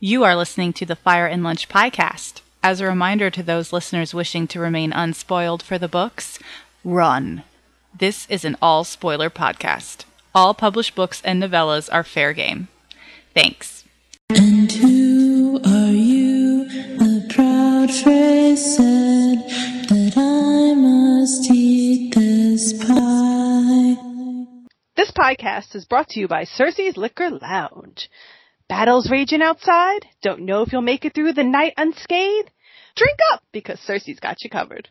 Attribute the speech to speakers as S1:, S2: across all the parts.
S1: You are listening to the Fire and Lunch podcast. As a reminder to those listeners wishing to remain unspoiled for the books, run. This is an all spoiler podcast. All published books and novellas are fair game. Thanks.
S2: And who are you? A proud phrase said that I must eat this pie.
S3: This podcast is brought to you by Cersei's Liquor Lounge. Battles raging outside? Don't know if you'll make it through the night unscathed? Drink up because Cersei's got you covered.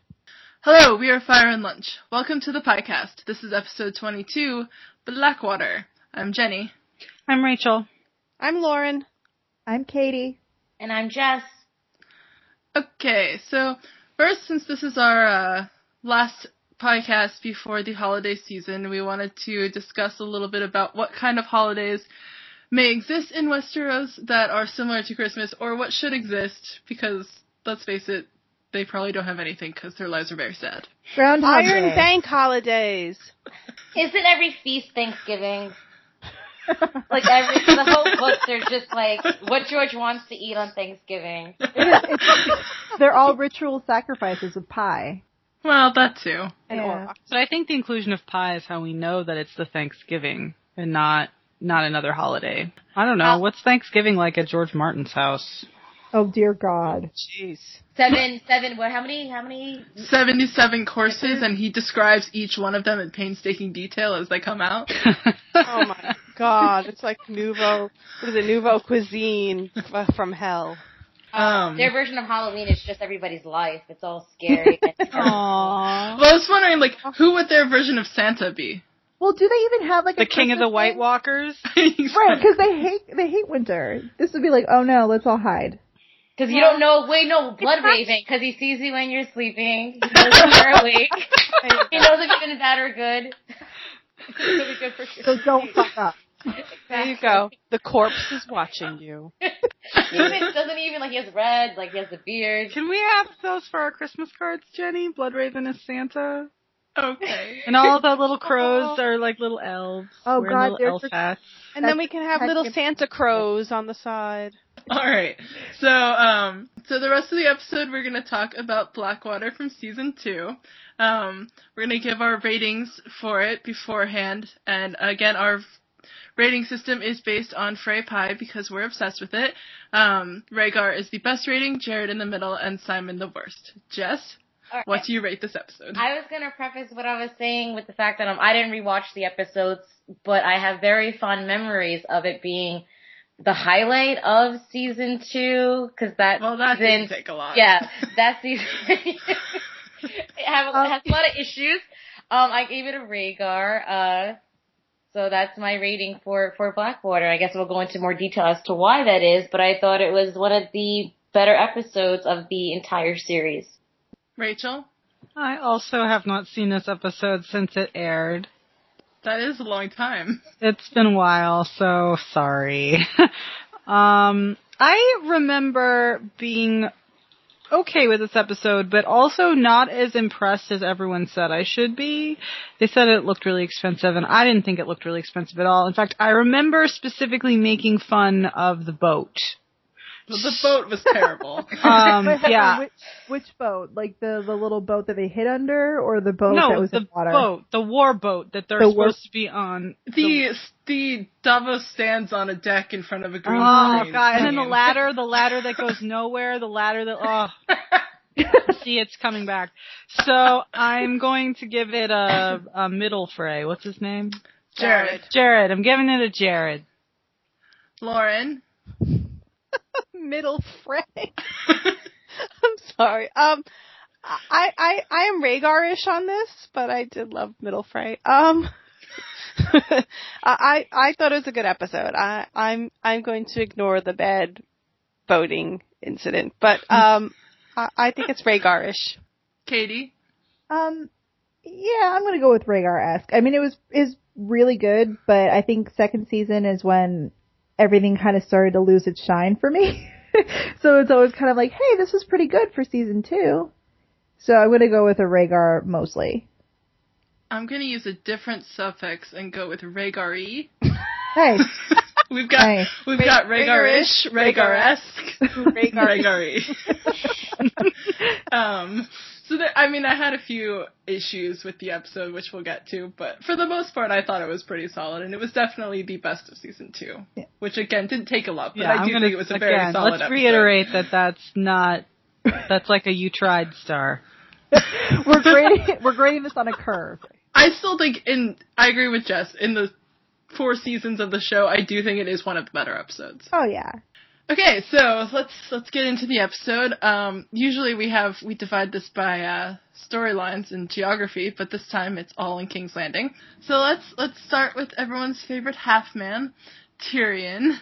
S4: Hello, we are Fire and Lunch. Welcome to the podcast. This is episode 22, Blackwater. I'm Jenny.
S1: I'm Rachel.
S3: I'm Lauren.
S5: I'm Katie.
S6: And I'm Jess.
S4: Okay, so first, since this is our uh, last podcast before the holiday season, we wanted to discuss a little bit about what kind of holidays may exist in Westeros that are similar to Christmas, or what should exist, because let's face it, they probably don't have anything because their lives are very sad.
S5: Groundhog
S3: Iron
S5: Day.
S3: Bank holidays.
S6: Isn't every feast Thanksgiving? like every the whole books are just like what George wants to eat on Thanksgiving.
S5: They're all ritual sacrifices of pie.
S4: Well, that too.
S3: And
S5: Yeah.
S7: So I think the inclusion of pie is how we know that it's the Thanksgiving and not not another holiday. I don't
S3: Uh,
S7: know. What's Thanksgiving like at George Martin's house?
S5: Oh dear God.
S3: Jeez.
S6: Seven, seven. What? How many? How many?
S4: 77 courses, and he describes each one of them in painstaking detail as they come out.
S3: Oh my god, it's like nouveau, what is it, nouveau cuisine f- from hell.
S4: Um,
S6: Their version of Halloween is just everybody's life. It's all scary.
S7: Aww.
S4: Well, I was wondering, like, who would their version of Santa be?
S5: Well, do they even have like
S7: The
S5: a
S7: King of the
S5: Christmas
S7: White
S5: thing?
S7: Walkers.
S5: Right, because they hate they hate winter. This would be like, oh no, let's all hide.
S6: Because you don't know. Wait, no blood waving. Because he sees you when you're sleeping. He knows if you're awake. he knows if you've been bad or good. It'll be good for you.
S5: So don't fuck up.
S3: There you go. The corpse is watching you.
S6: Even, doesn't even like he has red. Like he has the beard.
S7: Can we have those for our Christmas cards, Jenny? Blood Raven is Santa,
S4: Okay.
S7: and all the little crows are like little elves.
S5: Oh,
S7: wearing
S5: God, they're
S7: little elf
S5: such-
S7: hats.
S3: And then we can have little Santa crows on the side.
S4: All right. So, um, so the rest of the episode, we're gonna talk about Blackwater from season two. Um, we're gonna give our ratings for it beforehand, and again, our rating system is based on Frey Pie because we're obsessed with it. Um, Rhaegar is the best rating, Jared in the middle, and Simon the worst. Jess,
S6: All right.
S4: what do you rate this episode?
S6: I was gonna preface what I was saying with the fact that um, I didn't rewatch the episodes, but I have very fond memories of it being the highlight of season two because that
S4: well, that
S6: season,
S4: didn't take a lot.
S6: yeah, that season it have, it has a lot of issues. Um, I gave it a Rhaegar, uh, so that's my rating for for Blackwater. I guess we'll go into more detail as to why that is, but I thought it was one of the better episodes of the entire series.
S4: Rachel,
S7: I also have not seen this episode since it aired.
S4: that is a long time.
S7: It's been a while, so sorry. um, I remember being okay with this episode, but also not as impressed as everyone said I should be. They said it looked really expensive, and I didn't think it looked really expensive at all. In fact, I remember specifically making fun of the boat.
S4: Well, the boat was terrible.
S7: Um,
S5: But,
S7: yeah.
S5: Which, which boat? Like the the little boat that they hid under, or the boat that
S7: No,
S5: was
S7: the
S5: in water?
S7: boat, the war boat that they're
S5: The war-
S7: supposed to be on.
S4: the the Davos stands on a deck in front of a green
S7: Oh
S4: screen.
S7: god! And then
S4: I
S7: the
S4: mean,
S7: ladder, the ladder that goes nowhere, the ladder that oh, see it's coming back. So I'm going to give it a, a middle fray. What's his name?
S4: Jared,
S7: Jared. I'm giving it a Jared.
S4: Lauren,
S3: middle fray. I'm sorry. Um, I I I am Rhaegar-ish on this, but I did love middle fray. Um, I I I thought it was a good episode. I I'm I'm going to ignore the bad boating incident, but um, I, I think it's Rhaegar-ish.
S4: Katie.
S5: Um, yeah, I'm gonna go with Rhaegar esque. I mean, it was is really good, but I think second season is when everything kind of started to lose its shine for me. so it's always kind of like, hey, this was pretty good for season two. So I'm gonna go with a Rhaegar mostly.
S4: I'm gonna use a different suffix and go with Rhaegari.
S5: Hey,
S4: We've got
S8: Nice.
S4: we've got Rhaegar-ish, Rhaegar-esque, Rhaegar-y. um, so there, I mean, I had a few issues with the episode, which we'll get to, but for the most part, I thought it was pretty solid, and it was definitely the best of season two, which again didn't take a lot, but
S7: Yeah,
S4: I
S7: I'm
S4: do
S7: gonna,
S4: think it was a
S7: again,
S4: very solid.
S7: let's
S4: episode.
S7: reiterate that that's not. That's like a you tried star.
S8: We're grading, we're grading this on a curve.
S4: I still think in I agree with Jess in the four seasons of the show. I do think it is one of the better episodes.
S8: Oh yeah.
S4: Okay, so let's let's get into the episode. Um, usually we have we divide this by uh, storylines and geography, but this time it's all in King's Landing. So let's let's start with everyone's favorite half man, Tyrion.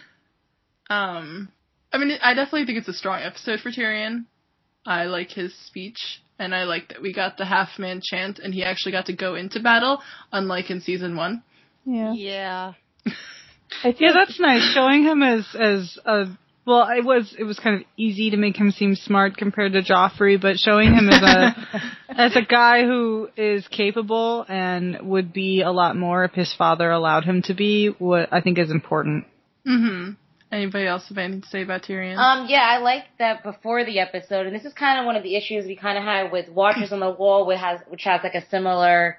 S4: Um, I mean, I definitely think it's a strong episode for Tyrion. I like his speech, and I like that we got the half man chant, and he actually got to go into battle, unlike in season one.
S8: Yeah.
S1: Yeah.
S8: I
S7: Yeah,
S8: feel
S7: that's nice. Showing him as as a well, it was it was kind of easy to make him seem smart compared to Joffrey, but showing him as a as a guy who is capable and would be a lot more if his father allowed him to be, what I think is important.
S4: Mm-hmm. Anybody else have anything to say about Tyrion?
S6: Um, yeah, I like that before the episode, and this is kind of one of the issues we kind of had with Watchers on the Wall, which has which has like a similar,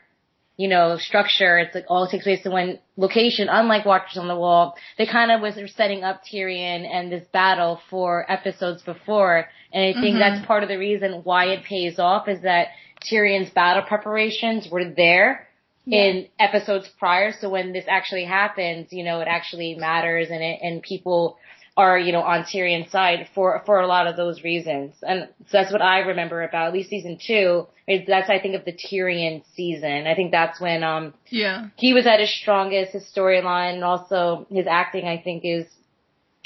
S6: you know, structure. It's like all takes place in one location. Unlike Watchers on the Wall, they kind of was setting up Tyrion and this battle for episodes before, and I think that's part of the reason why it pays off is that Tyrion's battle preparations were there in episodes prior. So when this actually happens, you know, it actually matters and it, and people are, you know, on Tyrion's side for, for a lot of those reasons. And so that's what I remember about at least season two. is That's, I think, of the Tyrion season. I think that's when, um,
S4: yeah.
S6: he was at his strongest, his storyline, and also his acting, I think, is,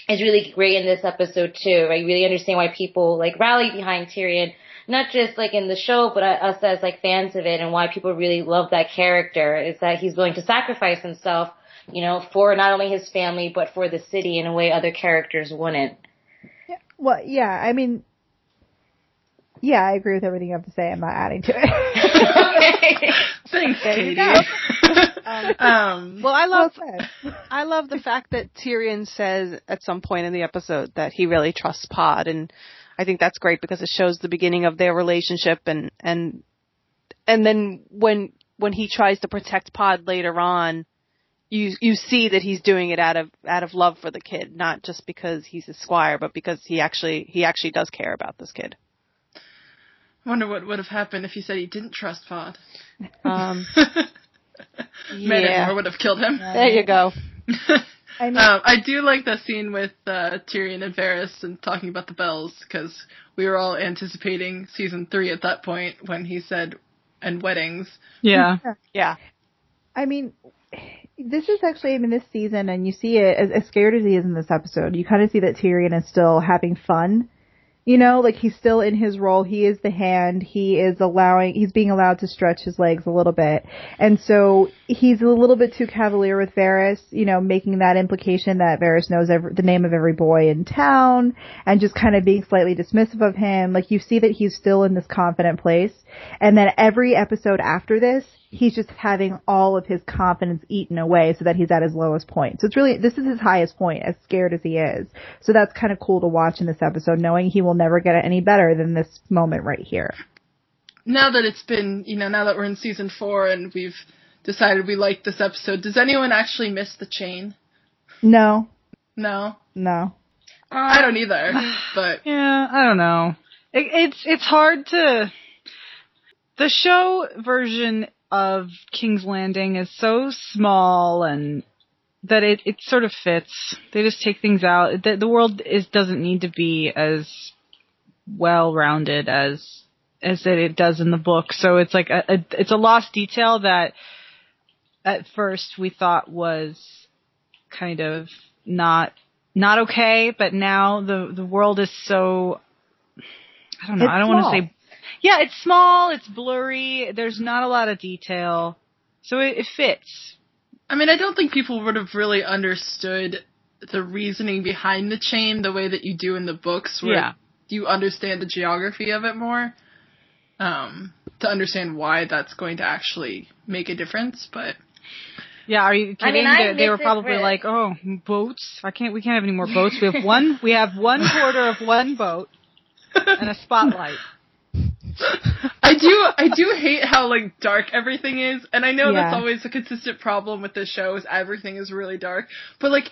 S6: is really great in this episode too. I really understand why people like rally behind Tyrion, not just like in the show, but uh, us as like fans of it and why people really love that character is that he's willing to sacrifice himself, you know, for not only his family, but for the city in a way other characters wouldn't.
S8: Well, yeah, I mean, yeah, I agree with everything you have to say. I'm not adding to it.
S4: Thanks, Katie. um,
S3: Um, Well, I
S8: well
S3: love
S8: said.
S3: I love the fact that Tyrion says at some point in the episode that he really trusts Pod, and I think that's great because it shows the beginning of their relationship, and and and then when when he tries to protect Pod later on, you you see that he's doing it out of out of love for the kid, not just because he's a squire, but because he actually he actually does care about this kid.
S4: wonder what would have happened if he said he didn't trust Pod.
S3: Um,
S4: Manamore
S3: yeah,
S4: would have killed him.
S3: there you go.
S8: I mean,
S4: um, I do like that scene with uh, Tyrion and Varys and talking about the bells because we were all anticipating season three at that point when he said and weddings.
S7: Yeah.
S3: Yeah,
S8: I mean, this is actually, I mean, this season, and you see it as, as scared as he is in this episode. You kind of see that Tyrion is still having fun. You know, like he's still in his role. He is the hand. He is allowing, he's being allowed to stretch his legs a little bit. And so he's a little bit too cavalier with Varys, you know, making that implication that Varys knows every, the name of every boy in town and just kind of being slightly dismissive of him. Like you see that he's still in this confident place. And then every episode after this, he's just having all of his confidence eaten away so that he's at his lowest point. So it's really, this is his highest point, as scared as he is. So that's kind of cool to watch in this episode, knowing he will never get any better than this moment right here.
S4: Now that it's been, you know, now that we're in season four and we've decided we like this episode, does anyone actually miss the chain?
S8: No,
S4: No,
S8: no.
S4: I don't either. But
S7: Yeah, I don't know. It, it's it's hard to. The show version of King's Landing is so small and that it it sort of fits. They just take things out. The, the world is doesn't need to be as well rounded as as that it does in the book. So it's like a, a it's a lost detail that at first we thought was kind of not not okay, but now the the world is so I don't know.
S8: It's
S7: I don't want
S8: small.
S7: to say yeah, it's small, it's blurry. There's not a lot of detail, so it, it fits.
S4: I mean, I don't think people would have really understood the reasoning behind the chain the way that you do in the books, where
S7: Yeah.
S4: you understand the geography of it more um, to understand why that's going to actually make a difference. But
S7: Yeah, are you kidding?
S6: I mean, I
S7: they, they were
S6: visit
S7: probably
S6: with-
S7: like, "Oh, boats! I can't. We can't have any more boats. We have one. We have one quarter of one boat and a spotlight."
S4: I do I do hate how like dark everything is, and I know that's
S8: Yeah.
S4: always a consistent problem with this show is everything is really dark. But like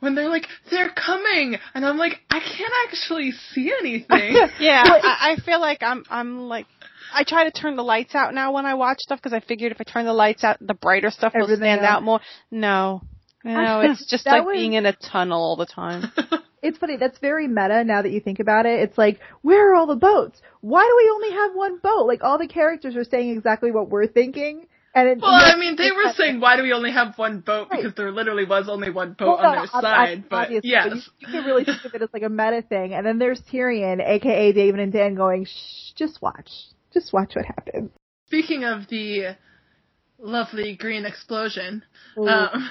S4: when they're like they're coming, and I'm like I can't actually see anything.
S3: Yeah, I, I feel like I'm I'm like I try to turn the lights out now when I watch stuff because I figured if I turn the lights out, the brighter stuff will
S8: Everything
S3: stand
S8: else.
S3: out more. No, no, it's just
S8: That
S3: like
S8: was-
S3: being in a tunnel all the time.
S8: It's funny. That's very meta now that you think about it. It's like, where are all the boats? Why do we only have one boat? Like all the characters are saying exactly what we're thinking. And it,
S4: well, I mean they were saying why do we only have one boat because there literally was only one boat
S8: Well,
S4: on
S8: no,
S4: their
S8: ob-
S4: side.
S8: ob-
S4: But
S8: obviously, you,
S4: yes,
S8: you can really think of it as like a meta thing. And then there's Tyrion, aka David and Dan, going, "Shh, just watch, just watch what happens."
S4: Speaking of the lovely green explosion, um,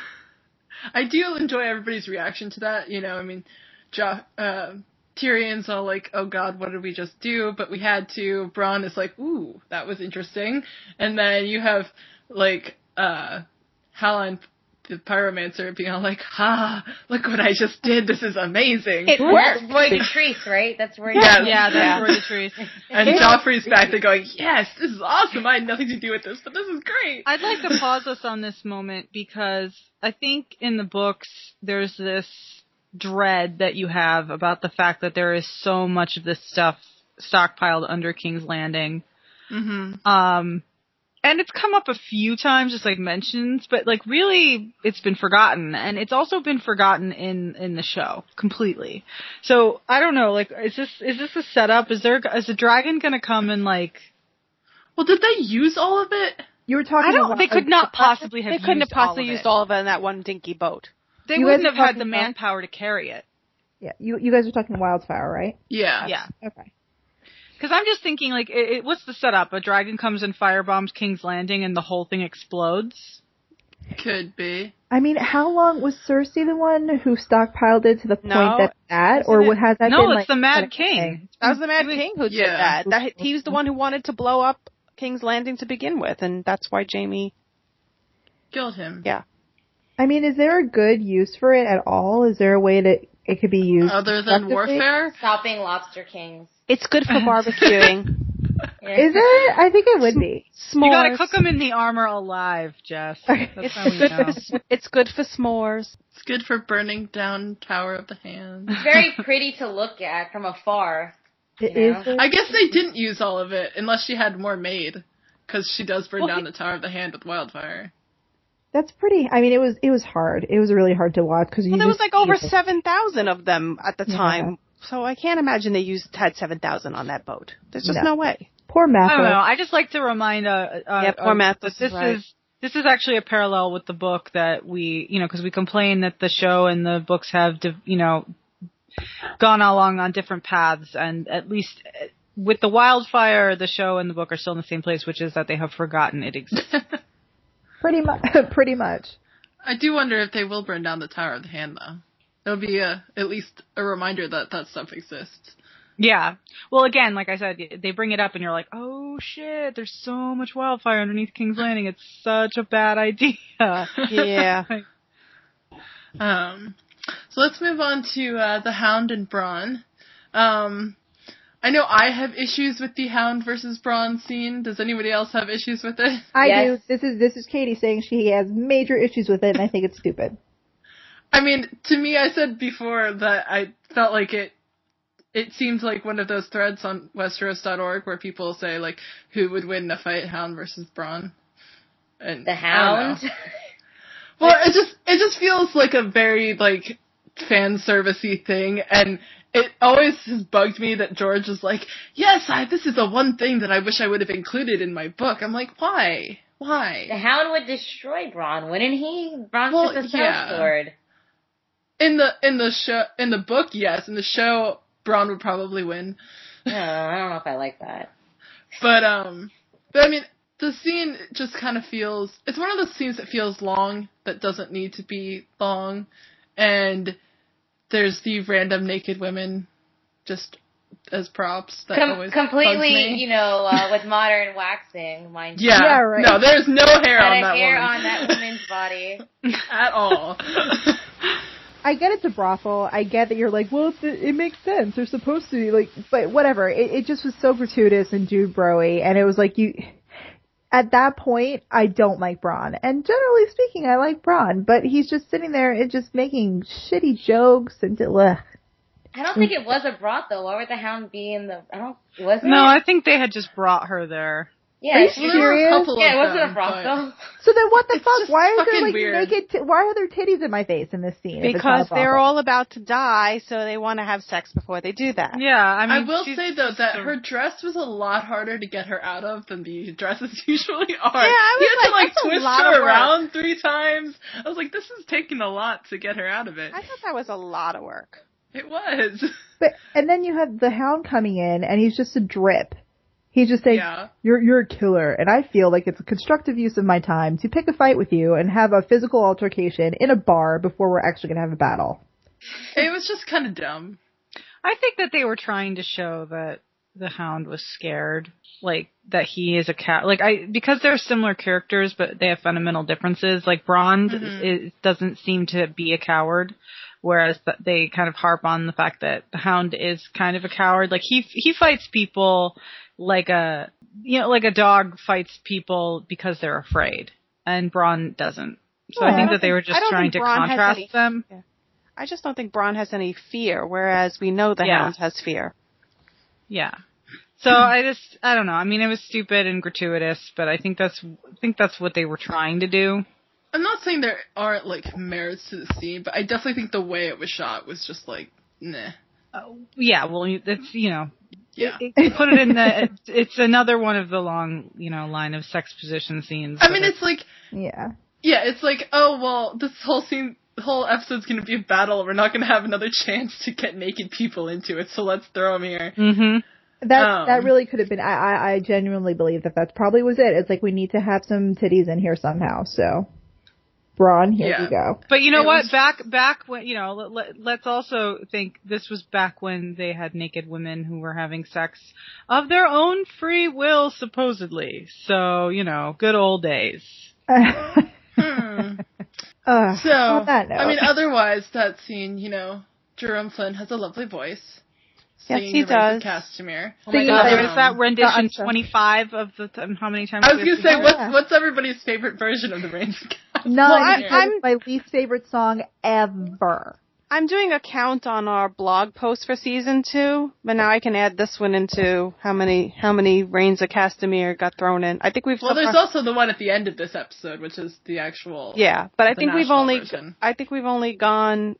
S4: I do enjoy everybody's reaction to that. You know, I mean, jo- uh, Tyrion's all like, "Oh God, what did we just do?" But we had to. Braun is like, "Ooh, that was interesting," and then you have like uh, Hallan, the pyromancer, being all like, "Ha! Look what I just did. This is amazing."
S6: It worked. That's Roy Patrice, right? That's where.
S4: Yes.
S7: Yeah, that's
S4: Yeah.
S7: yeah. the trees.
S4: and Joffrey's back there going, "Yes, this is awesome. I had nothing to do with this, but this is great."
S7: I'd like to pause us on this moment because I think in the books there's this dread that you have about the fact that there is so much of this stuff stockpiled under King's Landing. Mm-hmm. Um, and it's come up a few times, just like mentions, but like really, it's been forgotten, and it's also been forgotten in in the show completely. So I don't know, like, is this is this a setup? Is there is the dragon gonna come and like?
S4: Well, did they use all of it?
S8: You were talking.
S7: I don't.
S8: about-
S7: They could not possibly have.
S3: They couldn't have
S7: used all
S3: possibly
S7: of
S3: used
S7: it.
S3: all of it in that one dinky boat.
S7: They
S8: You guys
S7: wouldn't
S8: are
S7: have had
S8: talking
S7: the
S8: about-
S7: manpower to carry it.
S8: Yeah, you you guys were talking wildfire, right?
S4: Yeah.
S7: Yeah.
S8: Okay.
S7: Because I'm just thinking, like, it, it, what's the setup? A dragon comes and firebombs King's Landing and the whole thing explodes?
S4: Could be.
S8: I mean, how long was Cersei the one who stockpiled it to the point
S3: No,
S8: that that, or
S3: isn't
S8: what has that
S7: no,
S8: been
S7: it's
S8: like,
S7: the
S8: kind
S7: Mad
S8: of
S7: King.
S8: thing?
S3: That was the Mad King who
S4: Yeah.
S3: did that. that. He was the one who wanted to blow up King's Landing to begin with, and that's why Jamie.
S4: Killed him.
S3: Yeah,
S8: I mean, is there a good use for it at all? Is there a way that it could be used?
S4: Other than
S8: constructively?
S4: warfare?
S6: Stopping Lobster Kings.
S3: it's good for barbecuing.
S6: Yeah.
S8: Is it? I think it would be.
S3: S'mores.
S7: You gotta cook them in the armor alive, Jess. That's how we know.
S3: It's good for s'mores.
S4: It's good for burning down Tower of the Hand.
S6: It's very pretty to look at from afar.
S8: It
S6: Yeah.
S8: is.
S4: I guess they didn't use all of it unless she had more made. Because she does burn down the Tower of the Hand with wildfire.
S8: That's pretty. I mean, it was it was hard. It was really hard to watch because
S3: Well, there was like over
S8: seven.
S3: seven thousand of them at the time, so I can't imagine they used had seven thousand on that boat. There's just no,
S8: No.
S3: way.
S8: Poor
S7: I don't know.
S8: Mappa.
S7: I just like to remind uh, uh
S3: Yeah, poor
S7: uh,
S3: Matt,
S7: that
S3: this
S7: this
S3: is right.
S7: is this is actually a parallel with the book that we you know because we complain that the show and the books have div- you know gone along on different paths and at least uh, with the wildfire the show and the book are still in the same place which is that they have forgotten it exists.
S8: Pretty much. pretty much.
S4: I do wonder if they will burn down the Tower of the Hand, though. It'll be a, at least a reminder that that stuff exists.
S7: yeah. Well again like I said they bring it up and you're like oh shit there's so much wildfire underneath King's Landing it's such a bad idea.
S3: Yeah,
S4: Um, so let's move on to uh, the Hound and Braun. Um, I know I have issues with the Hound versus Braun scene. Does anybody else have issues with it?
S8: I
S6: Yes.
S8: do. This is this is Katie saying she has major issues with it, and I think it's stupid.
S4: I mean, to me, I said before that I felt like it. It seemed like one of those threads on Westeros.org where people say like, who would win in a fight, Hound versus Braun? And
S6: The
S4: I don't know.
S6: Hound.
S4: Well, it just it just feels like a very like fan servicey thing, and it always has bugged me that George is like, yes, I, this is the one thing that I wish I would have included in my book. I'm like, why,
S6: The
S4: why?
S6: Hound would destroy Bronn, wouldn't he? Bronn's
S4: Well,
S6: just a
S4: yeah.
S6: sword.
S4: In the in the show in the book, yes, in the show, Braun would probably win.
S6: Oh, I don't know if I like that.
S4: But um, but I mean, the scene just kind of feels. It's one of those scenes that feels long that doesn't need to be long, and there's the random naked women just as props. That
S6: Com-
S4: always
S6: completely,
S4: bugs me.
S6: you know, uh, with modern waxing, mind you.
S4: yeah.
S8: Yeah, right.
S4: No, there's no hair
S6: Not
S4: on
S6: a
S4: that
S6: hair
S4: woman.
S6: on that woman's body.
S4: at all.
S8: I get it's a brothel. I get that you're like, well, it, it makes sense. They're supposed to be like, but whatever. It, it just was so gratuitous and dude broy, and it was like you. At that point, I don't like Braun, and generally speaking, I like Braun, but he's just sitting there and just making shitty jokes and ugh.
S6: I don't think it was a broth though. Why would the hound be in the? I don't. Was it?
S7: No, I think they had just brought her there.
S6: yeah,
S8: Are you
S6: it was-
S8: serious?
S6: Yeah, it wasn't a broth though.
S8: So then, what the fuck?
S4: just
S8: Why are there
S4: fucking
S8: like
S4: weird.
S8: naked? T- why are there titties in my face in this scene? if it's
S3: because
S8: not a
S3: they're
S8: brothel?
S3: all about to die, so they want to have sex before they do that.
S7: Yeah, I
S4: I
S7: mean,
S4: will
S7: she's
S4: say though
S7: just
S4: that
S7: a-
S4: her dress was a lot harder to get her out of than the dresses usually are.
S3: Yeah, I was
S4: you had to
S3: like,
S4: like
S3: that's a
S4: twist
S3: lot
S4: her
S3: of work.
S4: around three times. I was like, this is taking a lot to get her out of it.
S3: I thought that was a lot of work.
S4: It was.
S8: But and then you have the hound coming in, and he's just a drip. He's just saying,
S4: Yeah.
S8: "You're you're a killer," and I feel like it's a constructive use of my time to pick a fight with you and have a physical altercation in a bar before we're actually gonna have a battle.
S4: It was just kind of dumb.
S7: I think that they were trying to show that the hound was scared, like that he is a cat. Like I because they're similar characters, but they have fundamental differences. Like Bronn
S3: Mm-hmm.
S7: is, doesn't seem to be a coward, whereas th- they kind of harp on the fact that the hound is kind of a coward. Like he he fights people like a you know like a dog fights people because they're afraid, and Bronn doesn't. So
S8: Yeah,
S7: I
S8: I
S7: think
S8: don't
S7: that they were
S3: I
S7: just
S3: don't
S7: trying
S3: think
S7: to
S3: Bronn has
S7: contrast
S3: any-
S7: them.
S3: I just don't think Braun has any fear, whereas we know the
S7: Yeah.
S3: hound has fear.
S7: Yeah. So I just I don't know. I mean, it was stupid and gratuitous, but I think that's I think that's what they were trying to do.
S4: I'm not saying there aren't like merits to the scene, but I definitely think the way it was shot was just like, nah.
S7: Yeah, well, you- that's you know,
S4: Yeah.
S7: it- you put it in the. It's another one of the long you know line of sex position scenes.
S4: I
S7: that
S4: mean,
S7: are-
S4: it's like
S8: Yeah,
S4: Yeah, it's like, oh well, this whole scene, the whole episode's gonna be a battle. We're not gonna have another chance to get naked people into it, so let's throw them here.
S7: Mhm.
S8: that
S4: Um.
S8: that really could have been. I, I I genuinely believe that that probably was it. It's like we need to have some titties in here somehow. So, Braun, here
S4: Yeah.
S8: you go.
S7: But you know
S4: It
S7: what?
S4: was-
S7: back back when you know, let, let, us also think this was back when they had naked women who were having sex of their own free will, supposedly. So you know, good old days.
S4: Hmm.
S8: Ugh,
S4: So,
S8: Uh, on that note,
S4: I mean, otherwise, that scene, you know, Jerome Flynn has a lovely voice.
S3: Yes,
S4: singing
S3: he
S4: the Rise of
S3: does.
S4: Castamere.
S6: Oh my
S8: Singing
S6: god.
S8: the
S7: there
S8: Um,
S7: was that rendition
S8: so-
S7: 25 of the th- how many times
S4: I was
S7: we
S4: gonna
S7: have
S4: say,
S7: seen it?
S8: Yeah.
S4: what's what's everybody's favorite version of the Rains?
S8: no,
S3: Well,
S8: I,
S3: I- I'm-
S8: am my least favorite song ever.
S3: I'm doing a count on our blog post for season two, but now I can add this one into how many how many reigns of Castamere got thrown in. I think we've
S4: Well,
S3: so
S4: there's
S3: far-
S4: also the one at the end of this episode, which is the actual.
S3: yeah, but I
S4: the
S3: think we've
S4: national
S3: only
S4: version.
S3: I think we've only gone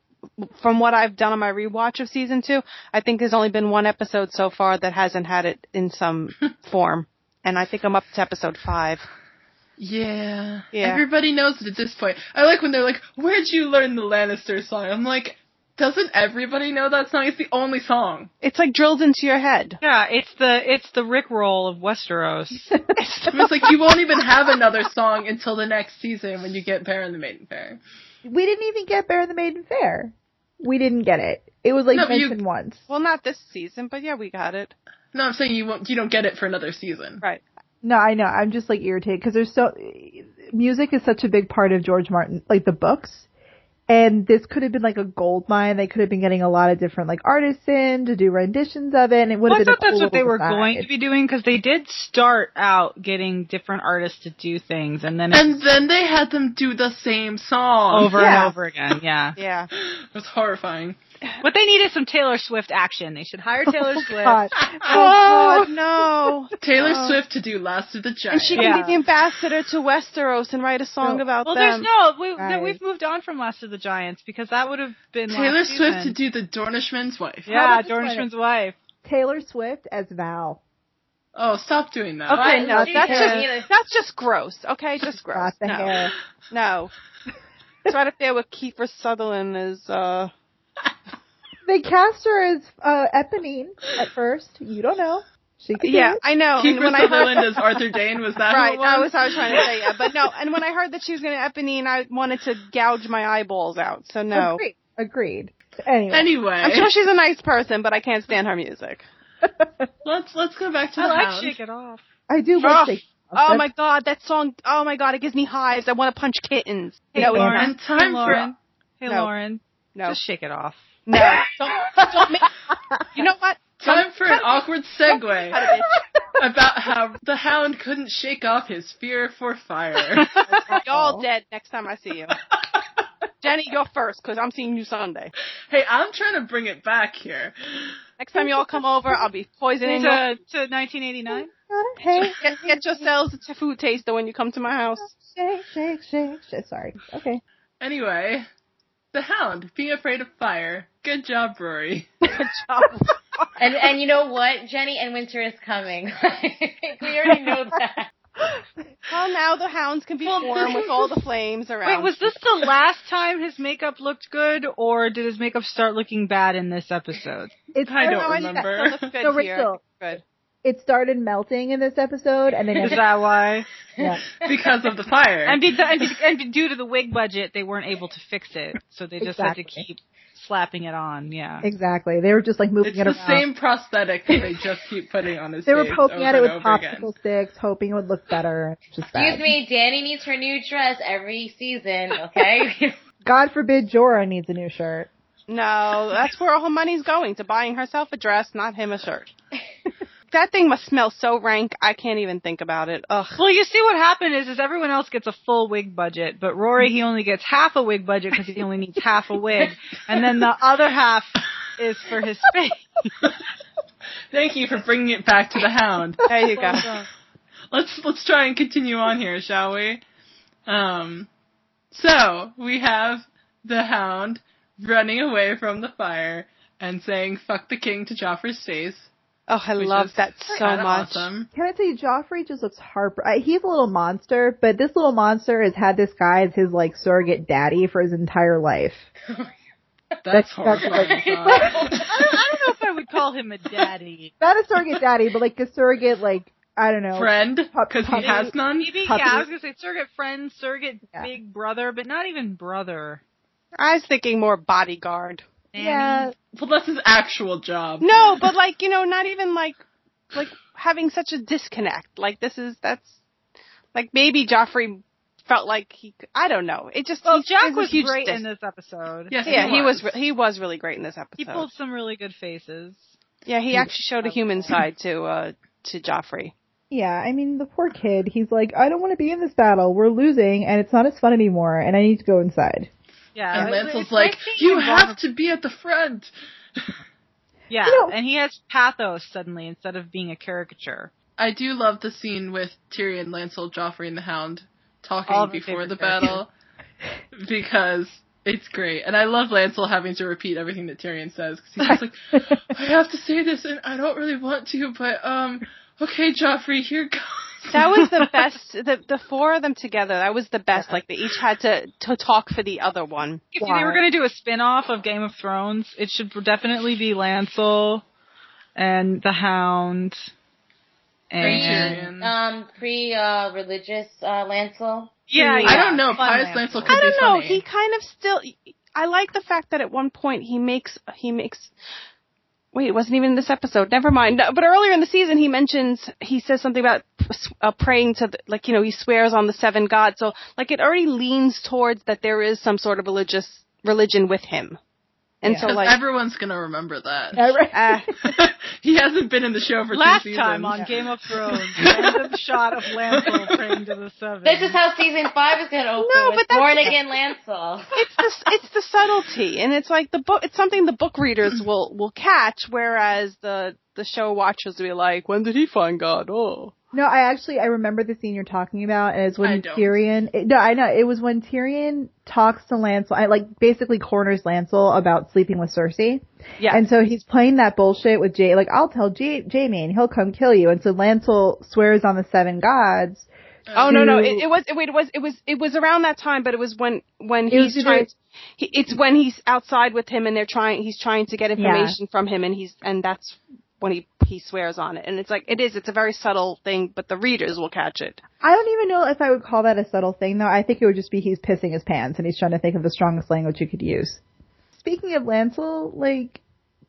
S3: from what I've done on my rewatch of season two. I think there's only been one episode so far that hasn't had it in some form, and I think I'm up to episode five.
S4: Yeah.
S3: Yeah.
S4: Everybody knows it at this point. I like when they're like, Where'd you learn the Lannister song? I'm like, doesn't everybody know that song? It's the only song.
S3: It's like drilled into your head.
S7: Yeah, it's the it's the rickroll of Westeros.
S4: I mean, it's like you won't even have another song until the next season when you get Bear and the Maiden Fair.
S8: We didn't even get Bear the Maiden Fair. We didn't get it. It was like
S4: No, but you-
S8: mentioned once.
S3: Well, not this season, but yeah, we got it.
S4: No, I'm saying you won't. You don't get it for another season.
S3: Right.
S8: No, I know. I'm just like irritated because there's so music is such a big part of George Martin, like the books. And this could have been like a gold mine. They could have been getting a lot of different like artists in to do renditions of it. And it would
S7: Well, I
S8: have been. a
S7: thought that's
S8: cool
S7: what they
S8: little
S7: were
S8: side.
S7: going to be doing because they did start out getting different artists to do things, and then it's
S4: And then they had them do the same song.
S7: over
S8: yeah.
S7: and over again. Yeah,
S3: Yeah.
S4: It was horrifying.
S7: what they need is some Taylor Swift action. They should hire Taylor Swift.
S8: God.
S3: Oh, no.
S4: Taylor Swift to do Last of the
S3: Oh. And
S4: Giants.
S3: she
S7: Yeah.
S3: can be the ambassador to Westeros and write a song
S8: No.
S3: about
S7: Well, there's
S3: them.
S7: no we no,
S8: Guys.
S7: we've moved on from Last of the Giants because that would have been
S4: Taylor
S7: last
S4: Swift to
S7: season.
S4: do the Dornishman's wife.
S7: yeah,
S8: How about this
S7: Dornishman's wife.
S8: Taylor Swift as Val.
S4: Oh, stop doing that.
S7: Okay,
S6: Why
S7: no,
S6: did you
S7: that's
S6: do
S7: just-
S6: that either?
S3: That's just gross. Okay, just gross.
S8: Got the
S3: no.
S8: hair.
S3: No. it's right up there with Kiefer Sutherland as uh
S8: They cast her as uh, Eponine at first. You don't know. She could. do
S3: Yeah,
S8: it.
S3: I know. And
S4: Kiefer
S3: when I heard
S4: Sutherland as Arthur Dane was that
S3: Right,
S4: who it was?
S3: that was what I was trying to say, yeah. But no, and when I heard that she was gonna Eponine, I wanted to gouge my eyeballs out. So no.
S8: Agreed. Agreed. Anyway.
S4: Anyway,
S3: I'm sure she's a nice person, but I can't stand her music.
S4: Let's let's go back to the
S3: I like
S4: hound.
S3: Shake
S7: Get off.
S8: I do
S3: Ah.
S8: love Shake. It Off.
S3: Oh
S8: That's-
S3: my god, that song! Oh my god, it gives me hives. I want to punch kittens.
S7: Hey,
S3: No, it's
S7: Lauren.
S4: And time
S7: Hey,
S4: for-
S7: Lauren. Hey,
S3: No.
S7: Lauren.
S3: No,
S7: Just shake it off.
S3: no, don't, don't make. You know what?
S4: Time for an awkward
S3: Cut
S4: segue
S3: it,
S4: about how the hound couldn't shake off his fear for fire.
S3: bitch. Y'all dead next time I see you. Jenny, you're first because I'm seeing you Sunday.
S4: hey, I'm trying to bring it back here.
S3: Next time y'all come over, I'll be poisoning
S7: to,
S3: you.
S7: to 1989.
S8: Hey,
S3: Get, get yourselves a food taster when you come to my house.
S8: shake, shake, shake, shake. Sorry. Okay.
S4: Anyway, the hound being afraid of fire. Good job, Rory.
S3: Good job.
S6: And and you know what, Jenny? And winter is coming. we already know that.
S3: Well, now the hounds can be warm with all the flames
S7: Wait,
S3: around.
S7: was this the last time his makeup looked good, or did his makeup start looking bad in this episode?
S8: It's
S4: I
S3: No,
S4: don't
S3: I think that
S4: remember.
S3: still looks good
S8: so
S3: here.
S8: Rachel.
S3: Good.
S8: It started melting in this episode, and then
S7: Is that why?
S8: yeah.
S4: because of the fire.
S7: And, be, and, be, and be, due to the wig budget, they weren't able to fix it, so they just had to
S8: Exactly.
S7: keep slapping it on. Yeah.
S8: exactly. They were just like moving
S4: it's
S8: it
S4: the
S8: around.
S4: same prosthetic that they just keep putting on his
S8: they were
S4: face
S8: poking at
S4: over
S8: it with
S4: and over again.
S8: popsicle sticks, hoping it would look better. It's just
S6: Excuse
S8: bad.
S6: me, Danny needs her new dress every season. Okay.
S8: God forbid Jorah needs a new shirt.
S3: No, that's where all her money's going to buying herself a dress, not him a shirt. that thing must smell so rank. I can't even think about it. Ugh.
S7: Well, you see what happened is, is everyone else gets a full wig budget, but Rory he only gets half a wig budget because he only needs half a wig, and then the other half is for his face.
S4: Thank you for bringing it back to the hound.
S3: There you go.
S4: let's let's try and continue on here, shall we? Um, so we have the hound running away from the fire and saying "fuck the king" to Joffrey's face.
S3: Oh, I
S4: which
S3: love
S4: is
S3: that so
S4: kinda
S3: much.
S4: Awesome.
S8: Can I tell you, Joffrey just looks heart. I- He's a little monster, but this little monster has had this guy as his like surrogate daddy for his entire life.
S4: That's
S8: That's-
S4: horrifying.
S8: that's-
S4: Tom.
S7: I don't, I don't know if I would call him a daddy.
S8: Not a surrogate daddy, but like a surrogate like I don't know.
S4: Friend,
S8: Pup-
S4: because he
S8: puppy.
S4: has none.
S7: Maybe
S8: Puppy.
S7: yeah, I was gonna say surrogate friend, surrogate
S8: Yeah.
S7: big brother, but not even brother.
S3: I was thinking more bodyguard.
S8: Yeah,
S4: Well, that's his actual job.
S3: No, but like, you know, not even like, like having such a disconnect. Like this is, that's, like maybe Joffrey felt like he, c- I don't know. It just,
S7: Well,
S3: he's-
S7: Jack
S3: there's a
S7: was
S3: huge
S7: great
S3: dis-
S7: in this episode.
S4: Yes,
S3: Yeah, he was, re- he was really great in this episode.
S7: He pulled some really good faces.
S3: yeah, he actually showed a human side to, uh, to Joffrey.
S8: yeah. I mean, the poor kid. He's like, I don't want to be in this battle. We're losing, and it's not as fun anymore. And I need to go inside.
S7: Yeah,
S4: And
S7: it's-
S4: Lancel's
S7: it's
S4: like,
S7: being
S4: "You
S7: vulnerable."
S4: have to be at the front."
S7: Yeah,
S8: You know-
S7: and he has pathos suddenly instead of being a caricature.
S4: I do love the scene with Tyrion, Lancel, Joffrey, and the Hound talking
S7: All of my
S4: before
S7: favorite
S4: the battle because it's great. And I love Lancel having to repeat everything that Tyrion says because he's just like, I have to say this and I don't really want to, but um, okay, Joffrey, here goes.
S3: That was the best. The the four of them together. That was the best. Like they each had to to talk for the other one.
S7: If they were going to do a spin-off of Game of Thrones, it should definitely be Lancel and the Hound and
S4: Tyrion.
S6: um, pre uh, religious uh, Lancel.
S7: yeah,
S4: I don't know.
S7: Fun
S4: Pious
S7: Lancel.
S4: Lancel could
S3: I
S4: be
S3: don't know.
S4: funny.
S3: He kind of still. I like the fact that at one point he makes he makes. Wait, it wasn't even in this episode. Never mind. No, But earlier in the season, he mentions he says something about uh, praying to the, like you know he swears on the seven gods. So like it already leans towards that there is some sort of religious religion with him, and so
S4: 'Cause
S3: like
S4: everyone's gonna remember that.
S3: uh,
S4: he hasn't been in the show for
S7: Last
S4: two seasons.
S7: time on Game of Thrones, random shot of Lancel praying to the seven.
S6: This is how season five is going to open.
S3: No,
S6: with
S3: but that's-
S6: born again Lancel.
S3: it's the it's the subtlety, and it's like the book. It's something the book readers will will catch, whereas the the show watchers will be like, "When did he find God?" Oh,
S8: No, I actually I remember the scene you're talking about, and it's
S4: I
S8: when
S4: don't.
S8: Tyrion. It, no, I know it was when Tyrion talks to Lancel. I like basically corners Lancel about sleeping with Cersei,
S3: yeah,
S8: and so he's playing that bullshit with Jay. Like I'll tell J- Jamie, and he'll come kill you. And so Lancel swears on the seven gods.
S3: oh no, no, it, it was wait, it was it was it was around that time, but it was when when
S8: It was
S3: he's
S8: either-
S3: trying. He, it's when he's outside with him, and they're trying. He's trying to get information from him, and he's and that's when he he swears on it, and it's like it is. It's a very subtle thing, but the readers will catch it.
S8: I don't even know if I would call that a subtle thing, though. I think it would just be he's pissing his pants, and he's trying to think of the strongest language you could use. Speaking of Lancel, like.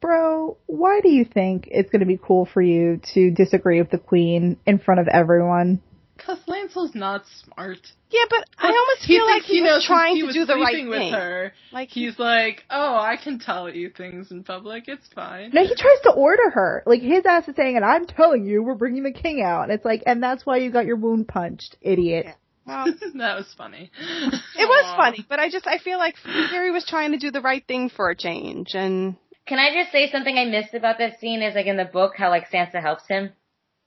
S8: bro, why do you think it's going to be cool for you to disagree with the queen in front of everyone?
S4: Because Lancel's not smart.
S3: Yeah, but I almost
S4: He
S3: feel like
S4: thinks
S3: he,
S4: he knows
S3: was
S4: since
S3: trying
S4: he
S3: to
S4: was
S3: do the right
S4: sleeping with
S3: thing.
S4: her.
S3: Like he,
S4: He's like, oh, I can tell you things in public. It's fine.
S8: No, he tries to order her. Like his ass is saying, and I'm telling you, we're bringing the king out. And it's like, and that's why you got your wound punched, idiot.
S3: well,
S4: that was funny.
S3: it was funny, but I just I feel like Harry was trying to do the right thing for a change, and
S6: Can I just say something I missed about that scene is like in the book how like Sansa helps him.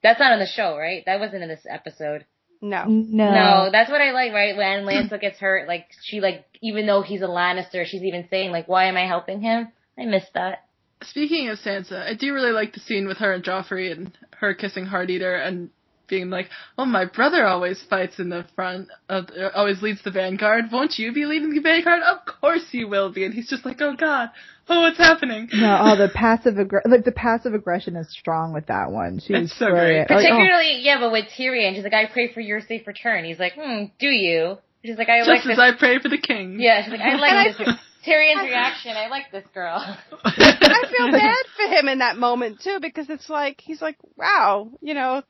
S6: That's not on the show, right? That wasn't in this episode.
S3: no,
S8: No.
S6: No, that's what I like, right? When Lancel gets hurt, like she like even though he's a Lannister, she's even saying like, "Why am I helping him?" I missed that.
S4: Speaking of Sansa, I do really like the scene with her and Joffrey and her kissing Heart Eater and being like, "Oh, my brother always fights in the front, of, uh, always leads the vanguard. Won't you be leading the vanguard? Of course you will be." And he's just like, "Oh God, oh what's happening?"
S8: No, oh, the passive aggr- like the passive aggression is strong with that one. She's
S4: It's so
S8: brilliant.
S4: great.
S8: Like, oh,
S6: Particularly, yeah, but with Tyrion, she's like, "I pray for your safe return." He's like, "Hmm, do you?" She's like, "I like
S4: just as
S6: this."
S4: I pray for the king.
S6: yeah, she's like, "I like this." Tyrion's reaction. I like this girl.
S3: I feel bad for him in that moment too because it's like he's like, wow, you know,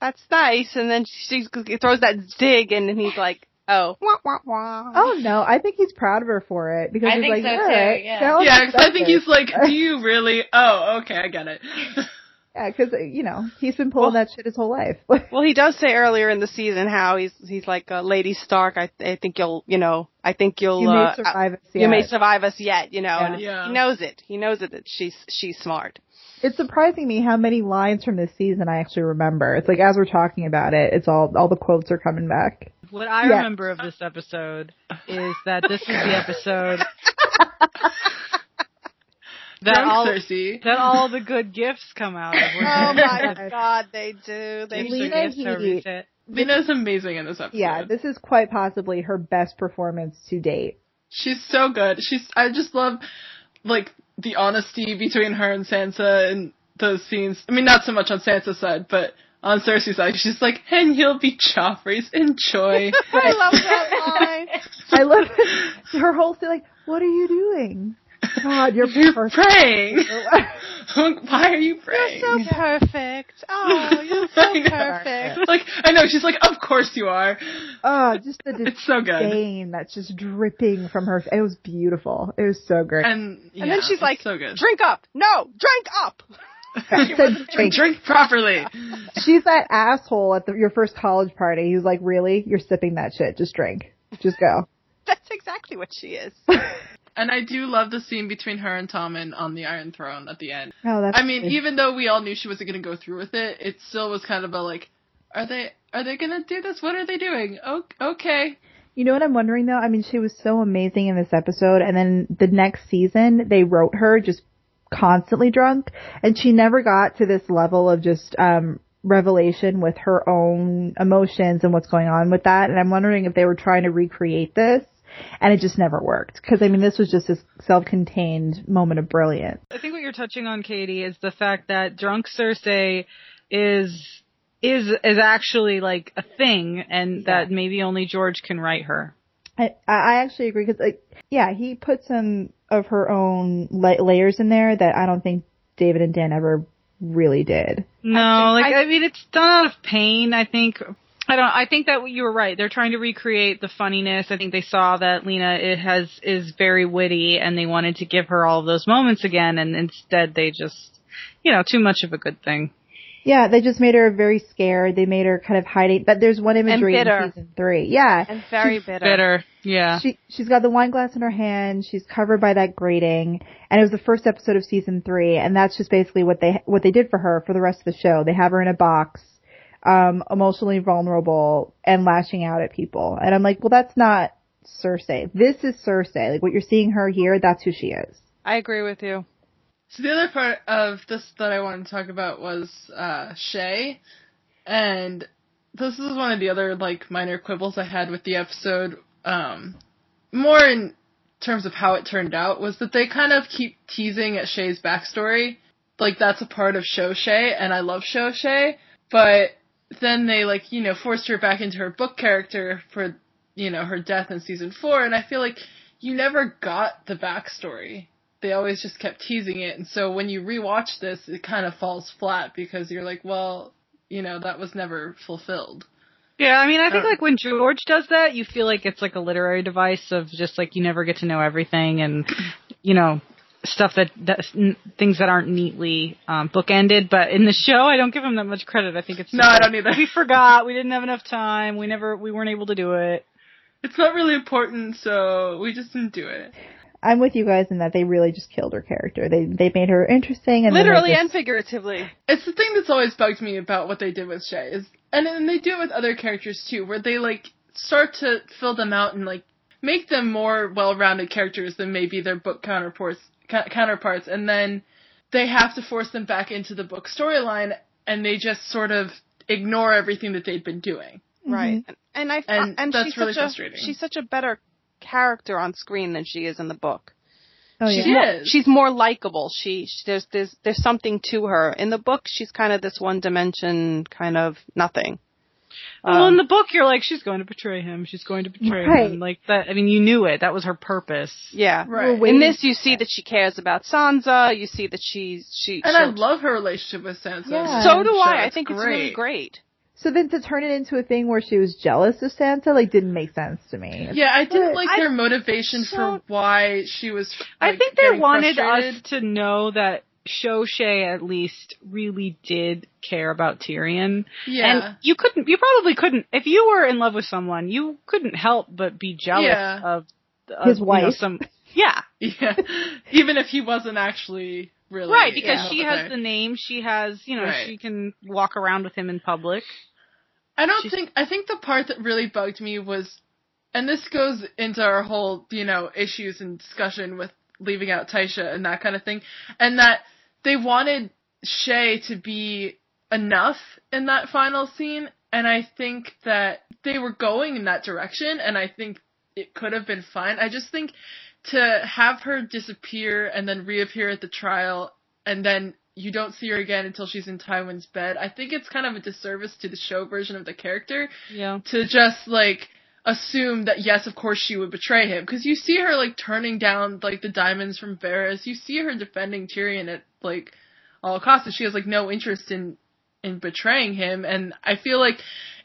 S3: that's nice, and then she she throws that dig, and then he's like, oh, wah wah wah.
S8: oh, no, I think he's proud of her for it because
S6: I
S8: he's
S6: think
S8: like,
S6: so,
S8: "All
S6: too,
S8: right,
S6: yeah.
S8: that was
S4: Yeah, 'cause I think
S8: impressive."
S4: he's like, "Do you really? Oh, okay, I get it."
S8: Yeah, because you know he's been pulling that shit his whole life.
S3: Well, he does say earlier in the season how he's he's like uh, Lady Stark. I I think you'll you know I think you'll
S8: you
S3: uh,
S8: may survive us
S3: you may
S8: yet.
S3: survive us yet. You know, and
S4: Yeah.
S3: he knows it. He knows it that she's she's smart.
S8: It's surprising me how many lines from this season I actually remember. It's like as we're talking about it, it's all all the quotes are coming back.
S7: What I
S8: Yeah.
S7: remember of this episode is that this is the episode that
S4: Drunk
S7: all
S4: Cersei.
S7: that all the good gifts come out of.
S3: Oh
S7: We're just-
S3: my God, they do. They do.
S7: gifts are
S8: Lena
S7: gifts are
S8: Headey.
S7: shit.
S4: Mina's amazing in this episode.
S8: Yeah, this is quite possibly her best performance to date.
S4: She's so good. She's I just love like the honesty between her and Sansa in those scenes. I mean not so much on Sansa's side, but on Cersei's side, she's like, and you'll be Joffrey's. Enjoy.
S3: I love that line.
S8: I love her whole thing. Like, what are you doing? God, you're
S4: You're
S8: perfect.
S4: praying. Why are you praying?
S3: So perfect. Oh, you're so
S4: I know.
S3: perfect.
S4: like I know she's like, of course you are.
S8: Oh, just the
S4: It's so good.
S8: disdain that's just dripping from her. It was beautiful. It was so great.
S4: And yeah,
S3: And then she's
S4: it's
S3: like,
S4: so good.
S3: drink up. No, drink up.
S8: She said,
S4: Drink, drink properly.
S8: She's that asshole at the, your first college party who's like, really? You're sipping that shit. Just drink. Just go.
S3: That's exactly what she is.
S4: And I do love the scene between her and Tommen on the Iron Throne at the end.
S8: Oh, that's.
S4: I mean, even though we all knew she wasn't going to go through with it, it still was kind of a like, are they are they going to do this? What are they doing? O- okay.
S8: You know what I'm wondering though? I mean, she was so amazing in this episode, and then the next season they wrote her just constantly drunk, and she never got to this level of just um revelation with her own emotions and what's going on with that. And I'm wondering if they were trying to recreate this, and it just never worked. Because I mean, this was just this self-contained moment of brilliance.
S7: I think what you're touching on, Katie, is the fact that drunk Cersei is is is actually like a thing, and that maybe only George can write her.
S8: I, I actually agree because, like, yeah, he put some of her own la- layers in there that I don't think David and Dan ever really did.
S7: No, like I, mean, it's done out of pain. I think I don't. I think that you were right. They're trying to recreate the funniness. I think they saw that Lena it has is very witty, and they wanted to give her all of those moments again. And instead, they just, you know, too much of a good thing.
S8: Yeah, they just made her very scared. They made her kind of hiding. But there's one imagery in
S3: bitter.
S8: season three. Yeah,
S3: And very bitter.
S7: Bitter, yeah.
S8: she she's got the wine glass in her hand. She's covered by that grating, and it was the first episode of season three. And that's just basically what they what they did for her for the rest of the show. They have her in a box, um, emotionally vulnerable and lashing out at people. And I'm like, well, that's not Cersei. This is Cersei. Like what you're seeing her here, that's who she is.
S3: I agree with you.
S4: So the other part of this that I wanted to talk about was uh, Shay, and this is one of the other like minor quibbles I had with the episode. Um, more in terms of how it turned out was that they kind of keep teasing at Shay's backstory, like that's a part of Show Shay, and I love Show Shay, but then they like you know forced her back into her book character for you know her death in season four, and I feel like you never got the backstory they always just kept teasing it. And so when you rewatch this, it kind of falls flat because you're like, well, you know, that was never fulfilled.
S7: Yeah, I mean, I think
S4: Uh,
S7: like when George does that, you feel like it's like a literary device of just like you never get to know everything, and you know stuff that that n- things that aren't neatly um, bookended. But in the show, I don't give him that much credit. I think it's
S4: No, I don't either.
S7: We forgot. We didn't have enough time. We never. We weren't able to do it.
S4: It's not really important, so we just didn't do it.
S8: I'm with you guys in that they really just killed her character. They they made her interesting and then they
S3: Literally
S8: just-
S3: and figuratively.
S4: It's the thing that's always bugged me about what they did with Shay is, and and they do it with other characters too, where they like start to fill them out and like make them more well-rounded characters than maybe their book counterparts, cou- counterparts, and then they have to force them back into the book storyline, and they just sort of ignore everything that they've been doing.
S3: Right. And, and I
S4: And
S3: and
S4: that's
S3: she's
S4: really
S3: such
S4: frustrating.
S3: A, she's such a better character on screen than she is in the book.
S8: oh,
S4: She
S8: yeah.
S4: is.
S3: She's more likable. She, she there's there's there's something to her. In the book, she's kind of this one dimension kind of nothing.
S7: well, in
S3: Um,
S7: the book, you're like she's going to betray him. She's going to betray
S8: Right.
S7: him. Like that. I mean, you knew it. That was her purpose.
S3: yeah.
S4: right.
S8: wait-
S3: In this, you see that she cares about Sansa. You see that she's she.
S4: and I
S3: she'll-
S4: love her relationship with Sansa.
S8: Yeah.
S3: So do
S4: Sure,
S3: I. I
S4: it's
S3: think it's really great.
S8: So then to turn it into a thing where she was jealous of Santa like didn't make sense to me.
S4: Yeah, I didn't
S8: But
S4: like
S7: I
S4: their motivation for why she was.
S7: I
S4: like,
S7: think they
S4: getting
S7: wanted
S4: frustrated.
S7: us to know that Shoshay at least really did care about Tyrion.
S4: Yeah.
S7: And you couldn't, you probably couldn't, if you were in love with someone, you couldn't help but be jealous
S4: Yeah.
S7: of of,
S8: His
S7: you know,
S8: wife.
S7: some, yeah,
S4: Yeah. Even if he wasn't actually really
S7: right, because
S4: yeah,
S7: she
S4: okay.
S7: has the name, she has, you know,
S4: Right.
S7: she can walk around with him in public.
S4: I don't think I think the part that really bugged me was and this goes into our whole, you know, issues and discussion with leaving out Taisha and that kind of thing. And that they wanted Shay to be enough in that final scene and I think that they were going in that direction and I think it could have been fine. I just think to have her disappear and then reappear at the trial and then you don't see her again until she's in Tywin's bed. I think it's kind of a disservice to the show version of the character
S7: Yeah.
S4: to just like assume that yes, of course she would betray him because you see her like turning down like the diamonds from Varys. You see her defending Tyrion at like all costs, and she has like no interest in in betraying him. And I feel like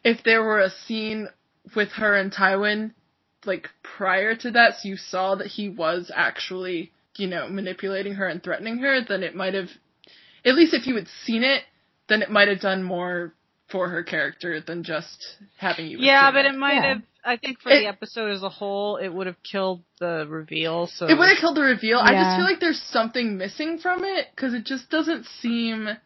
S4: if there were a scene with her and Tywin like prior to that, so you saw that he was actually you know manipulating her and threatening her, then it might have at least if you had seen it, then it might have done more for her character than just having you.
S7: Yeah,
S4: assume
S7: but it might
S8: Yeah.
S7: have, I think for
S4: It-
S7: the episode as a whole, it would have killed the reveal, so.
S4: It would have killed the reveal. I just
S8: Yeah.
S4: feel like there's something missing from it because it just doesn't seem right.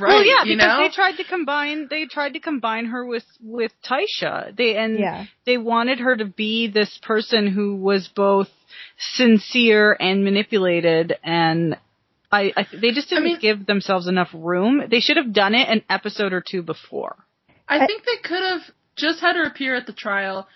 S7: well, yeah, because
S4: you know?
S7: they tried to combine. They tried to combine her with with Taisha. They and
S8: Yeah.
S7: they wanted her to be this person who was both sincere and manipulated, and I, I they just didn't
S4: mean-
S7: give themselves enough room. They should have done it an episode or two before.
S4: I think they could have just had her appear at the trial.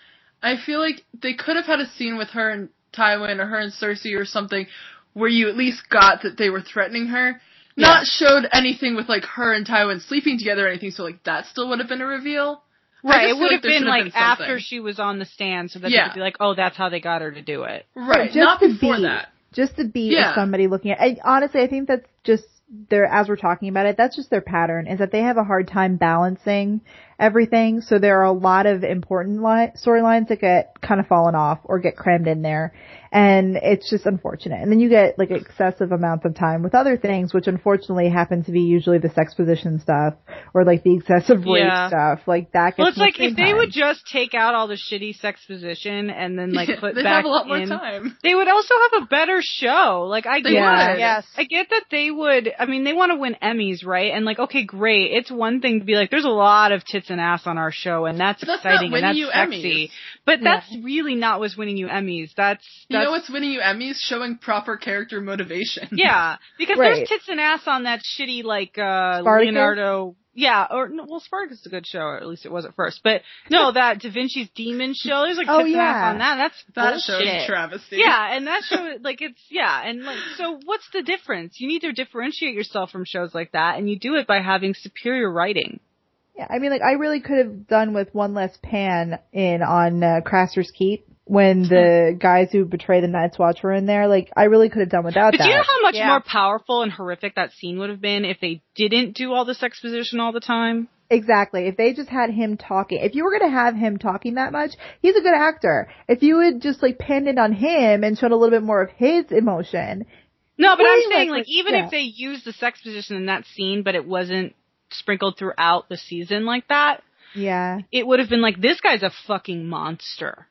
S4: I feel like they could have had a scene with her and Tywin or her and Cersei or something where you at least got that they were threatening her. Not showed anything with like her and Tywin sleeping together or anything, so like that still would have been a reveal. I just
S7: Right, it
S4: feel
S7: would
S4: like
S7: have
S4: there
S7: been
S4: should have
S7: like
S4: been something.
S7: after she was on the stand, so that
S4: Yeah.
S7: they could be like, "Oh, that's how they got her to do it."
S8: Right,
S4: Right,
S8: just
S4: not
S8: the
S4: before
S8: beat.
S4: that.
S8: Just the beat
S4: Yeah.
S8: of somebody looking at. And honestly, I think that's just their as we're talking about it. That's just their pattern is that they have a hard time balancing everything. So there are a lot of important li- storylines that get kind of fallen off or get crammed in there, and it's just unfortunate. And then you get like excessive amounts of time with other things, which unfortunately happen to be usually the sex position stuff or like the excessive rape
S7: Yeah.
S8: stuff. Like that. Gets
S7: Well, it's
S8: more
S7: like
S8: screen
S7: if they
S8: time.
S7: would just take out all the shitty sex position and then like put
S4: they
S7: back
S4: have a lot more
S7: in-
S4: time.
S7: They would also have a better show. Like I
S4: They
S7: get
S4: would.
S7: it.
S3: Yes.
S7: I get that they would. I mean, they want to win Emmys, right? And like, okay, great. It's one thing to be like, there's a lot of tits and ass on our show, and that's,
S4: But that's not
S7: exciting and that's
S4: winning you
S7: sexy.
S4: Emmys.
S7: But that's really not what's winning you Emmys. That's,
S4: You
S7: that's
S4: know what's winning you Emmys? Showing proper character motivation.
S7: yeah, because
S8: Right.
S7: there's tits and ass on that shitty like uh
S8: Spartacus?
S7: Leonardo. Yeah, or no, well, Spartacus is a good show, or at least it was at first. But no, that Da Vinci's Demon show. There's like
S8: Oh,
S7: tits and
S8: yeah.
S7: ass on that. That's
S4: That
S7: bullshit.
S4: shows travesty.
S7: Yeah, and that show, like, it's, yeah, and like, so what's the difference? You need to differentiate yourself from shows like that, and you do it by having superior writing.
S8: Yeah, I mean, like I really could have done with one less pan in on uh, Crasser's Keep, when the guys who betray the Night's Watch were in there. Like, I really could have done without
S7: But
S8: that.
S7: do you know how much
S9: Yeah.
S7: more powerful and horrific that scene would have been if they didn't do all this exposition all the time?
S8: Exactly. If they just had him talking, if you were going to have him talking that much, he's a good actor. If you would just like pin it on him and showed a little bit more of his emotion,
S7: No, but
S8: Way
S7: I'm
S8: less
S7: saying like
S8: risk-
S7: even
S8: yeah.
S7: if they used the sex position in that scene, but it wasn't sprinkled throughout the season like that,
S8: yeah,
S7: it would have been like this guy's a fucking monster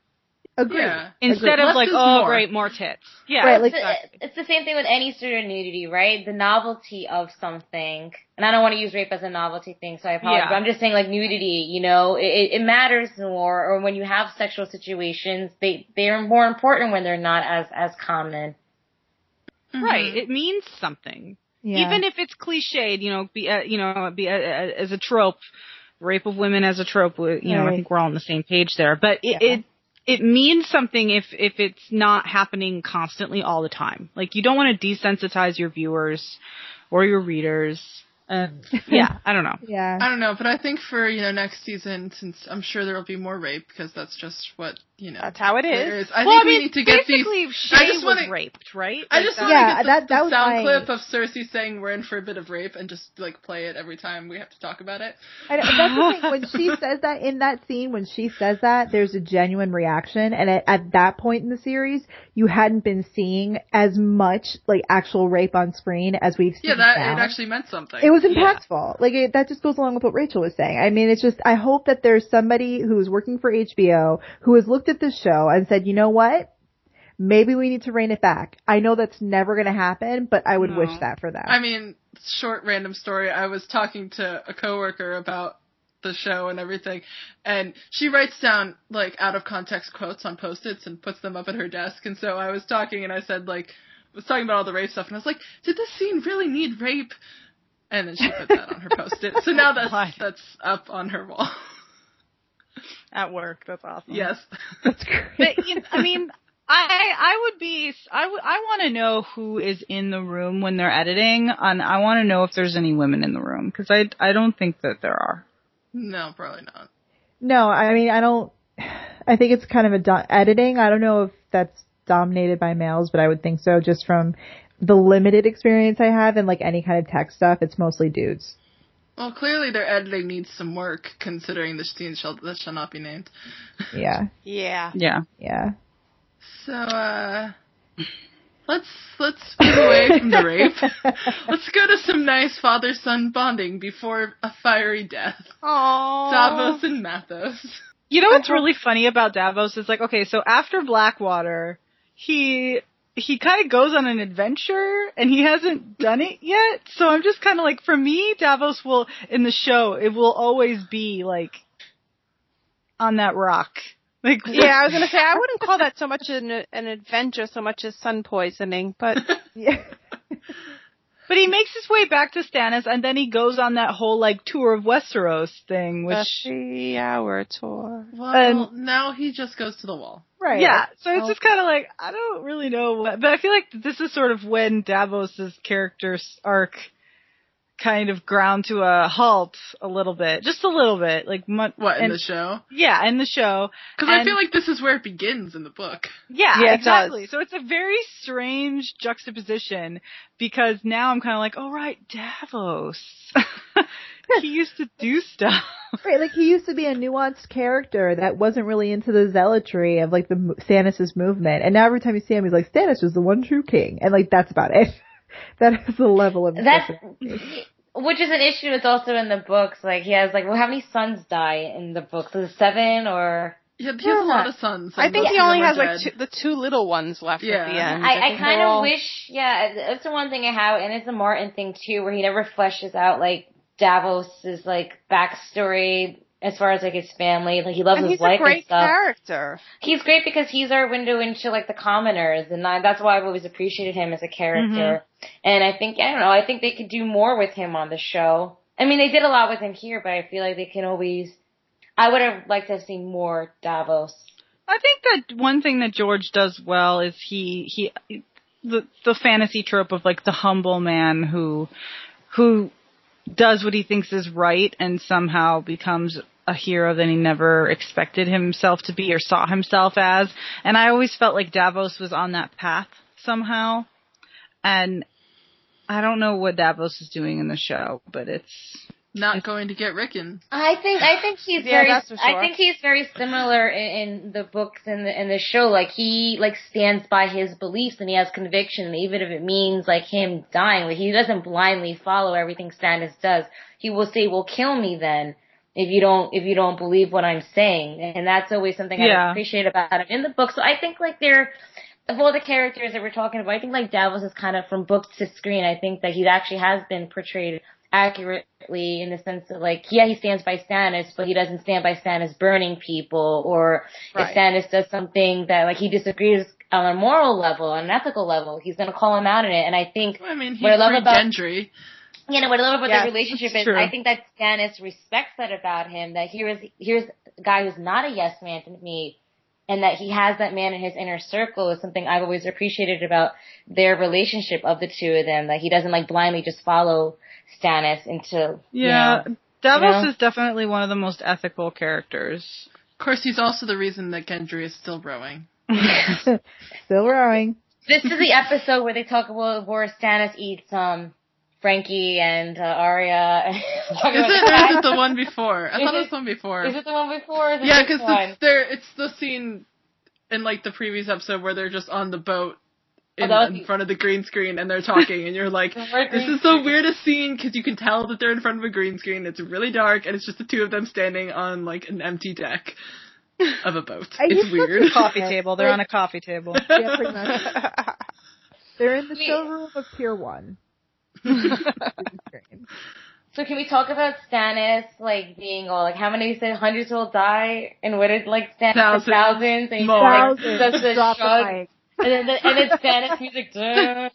S8: agree.
S4: Yeah.
S7: instead
S4: Less
S7: of like
S4: is
S7: oh
S4: more.
S7: great more tits. Yeah,
S8: Right, like-
S6: it's, the, it's the same thing with any sort of nudity, right? The novelty of something, and I don't want to use rape as a novelty thing, so I apologize.
S7: Yeah.
S6: But I'm just saying, like nudity, you know, it- it, it matters more. Or when you have sexual situations, they they are more important when they're not as as common.
S8: mm-hmm.
S7: right. It means something,
S8: Yeah.
S7: even if it's cliched. You know, be uh, you know be uh, uh, as a trope, rape of women as a trope. uh, You know, I
S8: Right.
S7: think we're all on the same page there. But it. it it means something if if it's not happening constantly all the time. Like you don't want to desensitize your viewers or your readers. Uh, yeah, I don't know.
S8: yeah.
S4: I don't know, but I think for you know next season, since I'm sure there will be more rape because that's just what you know.
S3: That's how it
S4: there
S3: is.
S4: is. I
S7: well,
S4: think
S7: I
S4: we
S7: mean,
S4: need to get these.
S7: basically, Shay
S4: I just
S7: was
S4: wanna-
S7: raped, right?
S4: I
S7: Like,
S4: just
S7: that-
S4: want to
S8: Yeah,
S4: get the,
S8: that-
S4: the
S8: that was
S4: sound
S8: my-
S4: clip of Cersei saying we're in for a bit of rape and just like play it every time we have to talk about it.
S8: And that's the thing. When she says that in that scene, when she says that, there's a genuine reaction. And at, at that point in the series, you hadn't been seeing as much like actual rape on screen as we've seen.
S4: Yeah, that
S8: now.
S4: it actually meant something.
S8: It was impactful. Like it, that just goes along with what Rachel was saying. I mean, it's just I hope that there's somebody who is working for HBO who has looked at this show and said, you know what, maybe we need to rein it back. I know that's never going to happen, but I would wish that for them.
S4: I mean, short random story. I was talking to a coworker about the show and everything, and she writes down like out of context quotes on post-its and puts them up at her desk. And so I was talking, and I said like, I was talking about all the rape stuff, and I was like, did this scene really need rape? And then she put that on her post-it. So now
S7: Why?
S4: that's that's up on her wall.
S7: at work. That's awesome.
S4: yes.
S7: but you know, I mean, I I would be I would I want to know who is in the room when they're editing, and I want to know if there's any women in the room because I I don't think that there are.
S4: No, probably not.
S8: No, I mean, I don't. I think it's kind of a do- editing. I don't know if that's dominated by males, but I would think so just from the limited experience I have in like any kind of tech stuff. It's mostly dudes.
S4: Well, clearly their editing needs some work, considering the scene shall that shall not be named.
S8: Yeah,
S3: Yeah.
S7: Yeah.
S8: yeah.
S4: So uh let's let's move away from the rape. let's go to some nice father son bonding before a fiery death. Davos and Mathos.
S7: You know what's really funny about Davos is like okay, so after Blackwater, he he kind of goes on an adventure and he hasn't done it yet. So I'm just kind of like for me, Davos will in the show it will always be like on that rock. Like
S3: Yeah, I was gonna say I wouldn't call that so much an, an adventure so much as sun poisoning, but
S8: Yeah.
S7: But he makes his way back to Stannis, and then he goes on that whole like tour of Westeros thing,
S3: a
S7: which
S3: three-hour tour.
S4: Well, now he just goes to the wall.
S8: Right.
S7: yeah. So it's just kind of like I don't really know what, but I feel like this is sort of when Davos's character's arc kind of ground to a halt a little bit, just a little bit, like mu-
S4: What in
S7: and-
S4: the show?
S7: yeah, in the show,
S4: Because I
S7: And-
S4: feel like this is where it begins in the book.
S7: Yeah,
S3: Yeah, it
S7: exactly.
S3: does.
S7: So it's a very strange juxtaposition because now I'm kind of like, oh right, Davos. he used to do stuff.
S8: Right, like he used to be a nuanced character that wasn't really into the zealotry of like the mo- Stannis's movement, and now every time you see him, he's like Stannis was the one true king, and like that's about it. that is the level of
S6: That's which is an issue. It's also in the books. Like he has like, well, how many sons die in the books? Is it seven or?
S4: Yeah, he has a lot of sons. and
S3: I think
S4: most
S3: he
S4: of
S3: only
S4: them are
S3: has like
S4: dead.
S3: two, the two little ones left
S4: Yeah.
S3: at the end.
S6: I, I
S3: think
S6: kind
S3: they're
S6: of
S3: all-
S6: wish, yeah, that's the one thing I have, and it's a Martin thing too, where he never fleshes out like Davos's like backstory as far as like his family, like he loves
S3: And
S6: his
S3: he's a
S6: life and
S3: great
S6: stuff.
S3: character.
S6: He's great because he's our window into like the commoners, and I, that's why I've always appreciated him as a character.
S3: Mm-hmm.
S6: And I think I don't know, I think they could do more with him on the show. I mean, they did a lot with him here, but I feel like they can always. I would have liked to have seen more Davos.
S7: I think that one thing that George does well is he he the the fantasy trope of like the humble man who who does what he thinks is right and somehow becomes a hero than he never expected himself to be or saw himself as. And I always felt like Davos was on that path somehow. And I don't know what Davos is doing in the show, but it's
S4: Not going to get Rickon.
S6: I think I think he's
S3: Yeah,
S6: very
S3: that's for sure.
S6: I think he's very similar in, in the books and the in the show. Like he like stands by his beliefs and he has conviction, even if it means like him dying. Like he doesn't blindly follow everything Stannis does. He will say, "Well, kill me then if you don't if you don't believe what I'm saying." And that's always something
S7: Yeah.
S6: I appreciate about him in the book. So I think like they're of all the characters that we're talking about, I think like Davos is kind of from book to screen. I think that he actually has been portrayed accurately in the sense that like, yeah, he stands by Stannis, but he doesn't stand by Stannis burning people or
S3: Right.
S6: if Stannis does something that like he disagrees on a moral level, on an ethical level, he's gonna call him out on it. And I think
S4: I mean, he's
S6: What I love
S4: free
S6: about-
S4: Gendry.
S6: you know what I love about
S3: Yes,
S6: their relationship
S7: that's
S6: is
S7: true.
S6: I think that Stannis respects that about him. That here is here's a guy who's not a yes man to me, and that he has that man in his inner circle is something I've always appreciated about their relationship of the two of them. That he doesn't like blindly just follow Stannis into
S7: yeah. Davos
S6: You know?
S7: is definitely one of the most ethical characters.
S4: Of course, he's also the reason that Gendry is still rowing.
S8: Still rowing.
S6: this is the episode where they talk about where Stannis eats um Frankie and uh, Arya.
S4: Is it, or is it the one before? I
S6: Oh, Is
S4: thought it
S6: it-
S4: was the one before.
S6: Is it the one before? Or is it
S4: yeah,
S6: this one?
S4: because there it's the scene in like the previous episode where they're just on the boat in,
S6: Oh, that was
S4: in
S6: the-
S4: front of the green screen and they're talking, and you're like,
S6: The word
S4: this
S6: green
S4: is the weirdest scene because you can tell that they're in front of a green screen. It's really dark, and it's just the two of them standing on like an empty deck of a boat.
S8: Are you
S4: it's
S8: supposed
S4: weird.
S7: Coffee table. They're on a coffee table.
S8: Yeah, pretty much. They're in the
S6: Wait.
S8: showroom of Pier One.
S6: So can we talk about Stannis like being all like how many you said hundreds will die and what is like Stannis
S4: Thousands.
S6: thousands and
S4: More.
S6: like,
S8: Thousands.
S6: does the
S8: Drop the
S6: shrug
S8: mic.
S6: and then the, and then Stannis music. dun.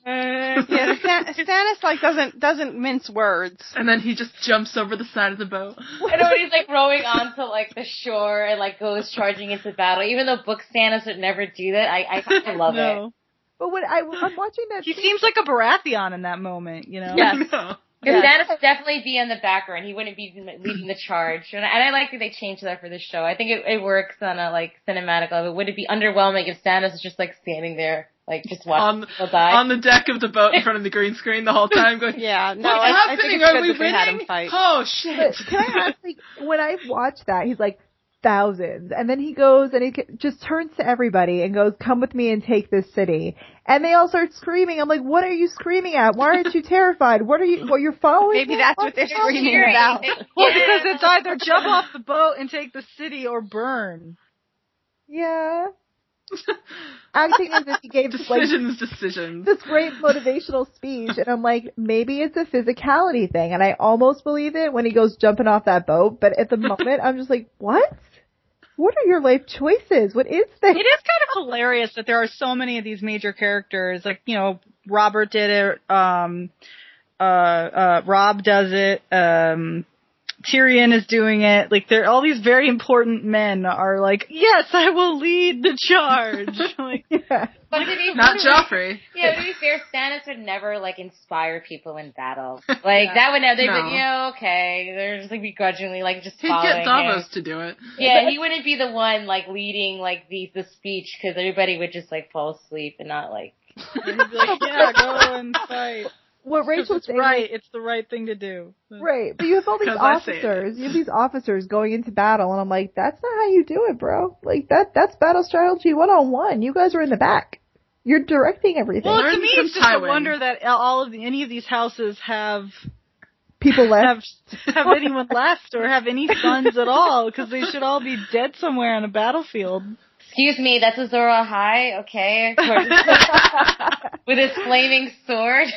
S3: Yeah, Stan- Stannis like doesn't doesn't mince words.
S4: And then he just jumps over the side of the boat.
S6: And everybody's like rowing onto like the shore and like goes charging into battle. Even though book Stannis would never do that, I I, I love it.
S8: But when I, I'm watching that,
S7: He
S8: scene-
S7: seems like a Baratheon in that moment, you know?
S6: Yes.
S4: No.
S6: Because Stannis would definitely be in the background. He wouldn't be leading the charge. And I, and I like that they changed that for the show. I think it, it works on a like cinematic level. Would it be underwhelming if Stannis is just like standing there, like just watching
S4: On,
S6: people die?
S4: on the deck of the boat in front of the green screen the whole time going,
S3: Yeah, no,
S4: What's
S3: I, I think
S4: happening?
S3: it's
S4: Are
S3: good
S4: we
S3: that they had him
S4: winning?
S3: fight.
S4: Oh shit!
S8: but can I ask, like, when I watch that, he's like thousands, and then he goes and he ca- just turns to everybody and goes, "Come with me and take this city," and they all start screaming. I'm like, "What are you screaming at? Why aren't you terrified? What are you? Well, you're following."
S3: Maybe
S8: me?
S3: that's what they're screaming
S6: Hearing.
S3: about.
S7: Well, because it's either jump off the boat and take the city or burn.
S8: yeah. Acting as if he gave like
S4: Decisions, decisions.
S8: this great motivational speech and I'm like, maybe it's a physicality thing and I almost believe it when he goes jumping off that boat, but at the moment I'm just like, What? What are your life choices? What is
S7: It
S8: this?
S7: is kind of hilarious that there are so many of these major characters. Like, you know, Robert did it, um, uh, uh, Rob does it, um, Tyrion is doing it. Like, they're all these very important men are like, yes, I will lead the charge. like,
S8: Yeah.
S6: but to be
S4: Not Joffrey.
S6: Yeah, to be fair, Stannis would never like inspire people in battle. Like that would never. They'd
S4: No.
S6: be like, yeah, okay. They're just like begrudgingly like just
S4: He'd
S6: following
S4: get
S6: him.
S4: Davos to do it.
S6: Yeah, he wouldn't be the one like leading like the the speech because everybody would just like fall asleep and not like.
S7: they'd be like, yeah, go and fight.
S8: What
S7: 'Cause
S8: Rachel's
S7: it's
S8: saying
S7: right. It's the right thing to do.
S8: Right. But you have all these
S4: 'Cause I say it.
S8: officers. You have these officers going into battle and I'm like, That's not how you do it, bro. Like that that's battle strategy one on one. You guys are in the back. You're directing everything.
S7: Well, to
S4: Learn
S7: me,
S4: from
S7: it's just a
S4: Tywin.
S7: wonder that all of the, any of these houses have
S8: People left.
S7: have have anyone left or have any sons at all because they should all be dead somewhere on a battlefield.
S6: Excuse me, that's Azora High, okay? With his flaming sword.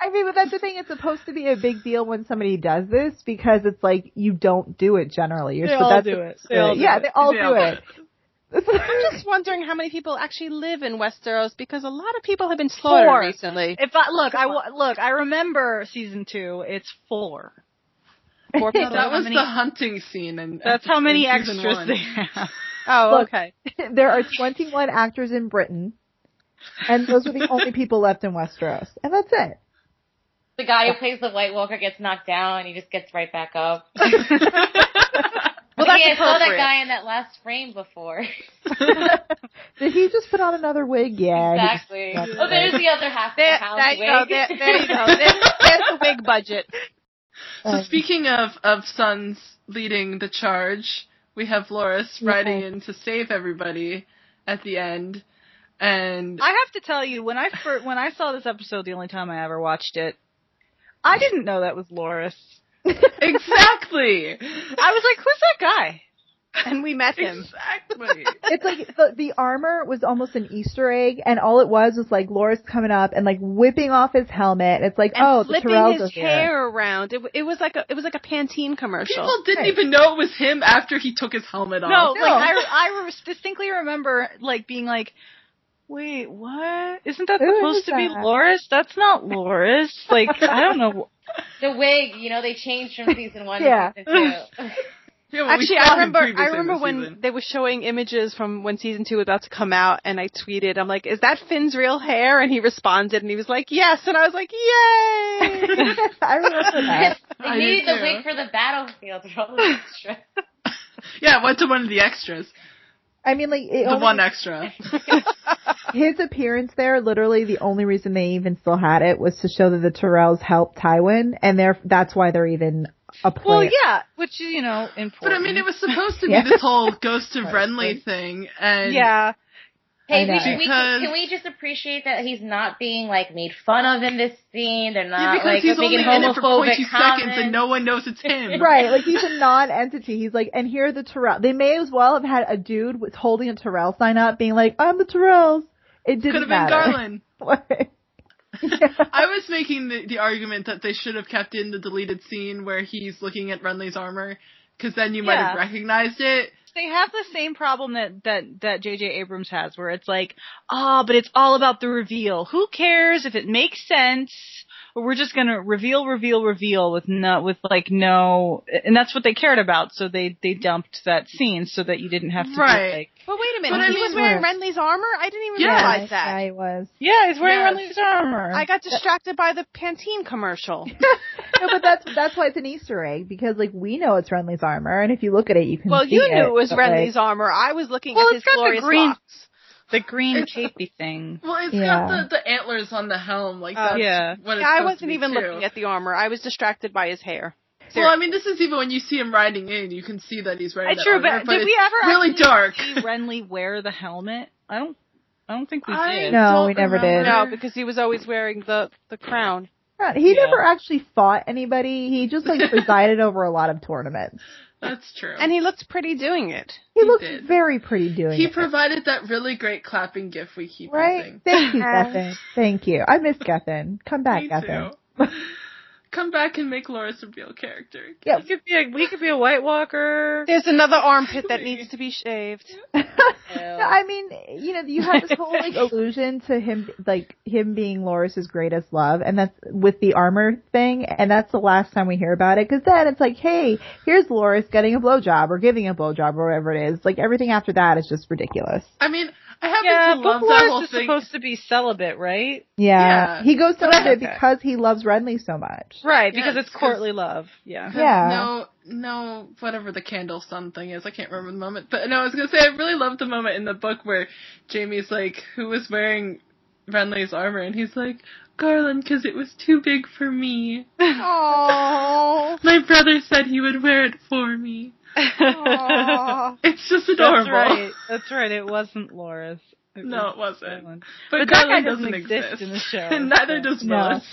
S8: I mean, but that's the thing. It's supposed to be a big deal when somebody does this because it's like you don't do it generally. You're
S7: They
S8: so
S7: all
S8: that's
S7: do it. They
S8: uh,
S7: all do
S8: yeah,
S7: it.
S8: they all
S4: They
S8: do
S4: all do
S8: it.
S3: I'm just wondering how many people actually live in Westeros because a lot of people have been slaughtered
S7: Four.
S3: recently.
S7: If I look, I wa- look, I remember season two. It's four.
S3: Four people.
S4: That was
S7: many-
S4: the hunting scene, and
S7: That's how many
S4: in season
S7: extras
S4: one.
S7: they have.
S3: Oh,
S8: Look.
S3: okay.
S8: there are 21 actors in Britain, and those are the only people left in Westeros, and that's it.
S6: The
S3: Oh.
S6: guy who plays the White Walker gets knocked down and he just gets right back up.
S8: Well,
S7: that's
S6: yeah, I saw that
S7: appropriate.
S6: guy in that last frame before.
S8: Did he just put on another wig? Yeah. he just-
S6: exactly. Oh, there's the other half of
S3: There,
S6: the house
S3: there you go.
S6: wig.
S3: There, there you go. There, there's the wig budget.
S4: So speaking of of sons leading the charge, we have Loris riding in to save everybody at the end, and
S7: I have to tell you, when I fir- when I saw this episode, the only time I ever watched it, I didn't know that was Loris.
S4: exactly,
S7: I was like, "Who's that guy?"
S3: And we met him.
S4: exactly.
S8: It's like the, the armor was almost an Easter egg, and all it was was like Loris coming up and like whipping off his helmet. It's like,
S3: And
S8: oh, the
S3: flipping
S8: Tyrells are
S3: his
S8: here.
S3: hair around. It, w- it was like a it was like a Pantene commercial.
S4: People didn't even know it was him after he took his helmet off.
S7: No,
S8: No.
S7: like I, I re- distinctly remember like being like, "Wait, what? Isn't that
S8: Who is
S7: supposed to be
S8: that?"
S7: Loris? That's not Loris." Like I don't know.
S6: The wig, you know, they changed from season one
S8: Yeah.
S6: to season two.
S4: Yeah, well, we
S3: Actually,
S4: saw
S3: I
S4: him
S3: remember
S4: previously
S3: I
S4: in
S3: remember
S4: the
S3: when
S4: season.
S3: they were showing images from when season two was about to come out, and I tweeted, "I'm like, is that Finn's real hair?" And he responded, and he was like, "Yes," and I was like, "Yay!"
S8: I remember that.
S6: They
S4: I
S6: needed
S4: do
S6: the
S4: too.
S6: wig for the battlefield. for all the extras.
S4: Yeah, it went to one of the extras,
S8: I mean, like it
S4: the
S8: only-
S4: one extra.
S8: his appearance there. Literally, the only reason they even still had it was to show that the Tyrells helped Tywin, and they're that's why they're even a point.
S7: Well, yeah, which is you know important.
S4: But um, I mean, it was supposed to be
S8: Yeah.
S4: this whole Ghost of Renly thing, and
S7: yeah,
S6: Hey,
S8: I
S6: we,
S8: know.
S6: should, we,
S4: Because-
S6: can we just appreciate that he's not being like made fun of in this scene? They're
S4: Yeah,
S6: not
S4: because
S6: like
S4: he's only
S6: making
S4: in it for
S6: homophobic
S4: 20 seconds
S6: comments.
S4: and no one knows it's him.
S8: Right, like he's a non-entity. He's like, and here are the Tyrell. They may as well have had a dude with holding a Tyrell sign up, being like, "I'm the Tyrells."
S4: Could
S8: It didn't
S4: have been
S8: matter.
S4: Garland.
S8: Garland.
S4: I was making the, the argument that they should have kept in the deleted scene where he's looking at Renly's armor, because then you might have
S7: Yeah.
S4: recognized it.
S7: they have the same problem that that that J.J. Abrams has, where it's like, ah, but it's all about the reveal. Who cares if it makes sense? We're just gonna reveal, reveal, reveal with no, with like no, and that's what they cared about. So they they dumped that scene so that you didn't have to be
S4: Right.
S7: like,
S3: but wait a minute,
S4: But I
S3: he
S4: mean-
S3: was wearing Renly's armor. I didn't even
S4: Yeah.
S3: realize that.
S8: Yeah, he was.
S7: yeah, he's wearing
S4: Yes.
S7: Renly's armor.
S3: I got distracted by the Pantene commercial.
S8: No, but that's that's why it's an Easter egg because like we know it's Renly's armor, and if you look at it, you can.
S3: well,
S8: see
S3: you knew it was
S8: but, like,
S3: Renly's armor. I was looking
S7: Well,
S3: at his
S7: it's got the
S3: glorious
S7: green-
S3: locks.
S7: the green capey thing.
S4: Well, it's
S8: Yeah.
S4: got the, the antlers on the helm, like
S3: Oh,
S4: that's
S7: Uh, yeah.
S4: what it's
S3: Yeah, I
S4: supposed to
S3: wasn't
S4: be,
S3: even
S4: too.
S3: looking at the armor. I was distracted by his hair.
S4: Well, I mean, this is even when you see him riding in, you can see that he's riding.
S7: It's
S4: that
S7: Uh, true,
S4: armor,
S7: but did
S4: it's
S7: we ever
S4: really
S7: actually
S4: dark?
S7: see Renly wear the helmet? I don't, I don't think we did.
S4: I
S8: No,
S4: don't
S8: we never
S4: remember.
S8: did.
S3: No, because he was always wearing the the crown.
S8: He
S7: Yeah.
S8: never actually fought anybody. He just like presided over a lot of tournaments.
S4: that's true.
S3: And he looked pretty doing it.
S8: He,
S4: He
S8: looked
S4: did.
S8: very pretty doing
S4: he
S8: it.
S4: provided that really great clapping gift we keep
S8: right?
S4: using.
S8: Thank you, Gethin. Thank you. I miss Gethin. Come back,
S4: Me
S8: Gethin.
S4: too. Come back and make Loris a real character.
S8: Yeah.
S7: He could be a, he could be a White Walker.
S3: There's another armpit that needs to be shaved.
S8: No, I mean, you know, you have this whole like illusion to him, like him being Loris's greatest love, and that's with the armor thing, and that's the last time we hear about it. Because then it's like, hey, here's Loris getting a blowjob or giving a blowjob or whatever it is. Like everything after that is just ridiculous.
S4: I mean, I happen
S7: Yeah,
S4: to
S7: but
S4: love that
S7: Loris
S4: whole
S7: is
S4: thing.
S7: supposed to be celibate, right?
S8: Yeah,
S4: Yeah.
S8: he goes to it
S7: okay.
S8: because he loves Renly so much.
S7: Right,
S4: Yeah,
S7: because it's
S4: it's 'cause-
S7: courtly love. Yeah.
S8: Yeah.
S4: No, no, whatever the candle sun thing is, I can't remember the moment. But no, I was gonna say I really loved the moment in the book where Jamie's like, "Who was wearing Renly's armor?" and he's like, "Garland, because it was too big for me.
S3: Oh,
S4: My brother said he would wear it for me.
S3: oh.
S4: It's just adorable."
S7: That's right. That's right. It wasn't Loris. It
S4: No, it
S7: was
S4: wasn't.
S7: Garland.
S4: But,
S7: But that
S4: Garland
S7: guy
S4: doesn't,
S7: doesn't
S4: exist
S7: exist in the show,
S4: and neither
S7: so-
S4: does
S8: No.
S4: Willis.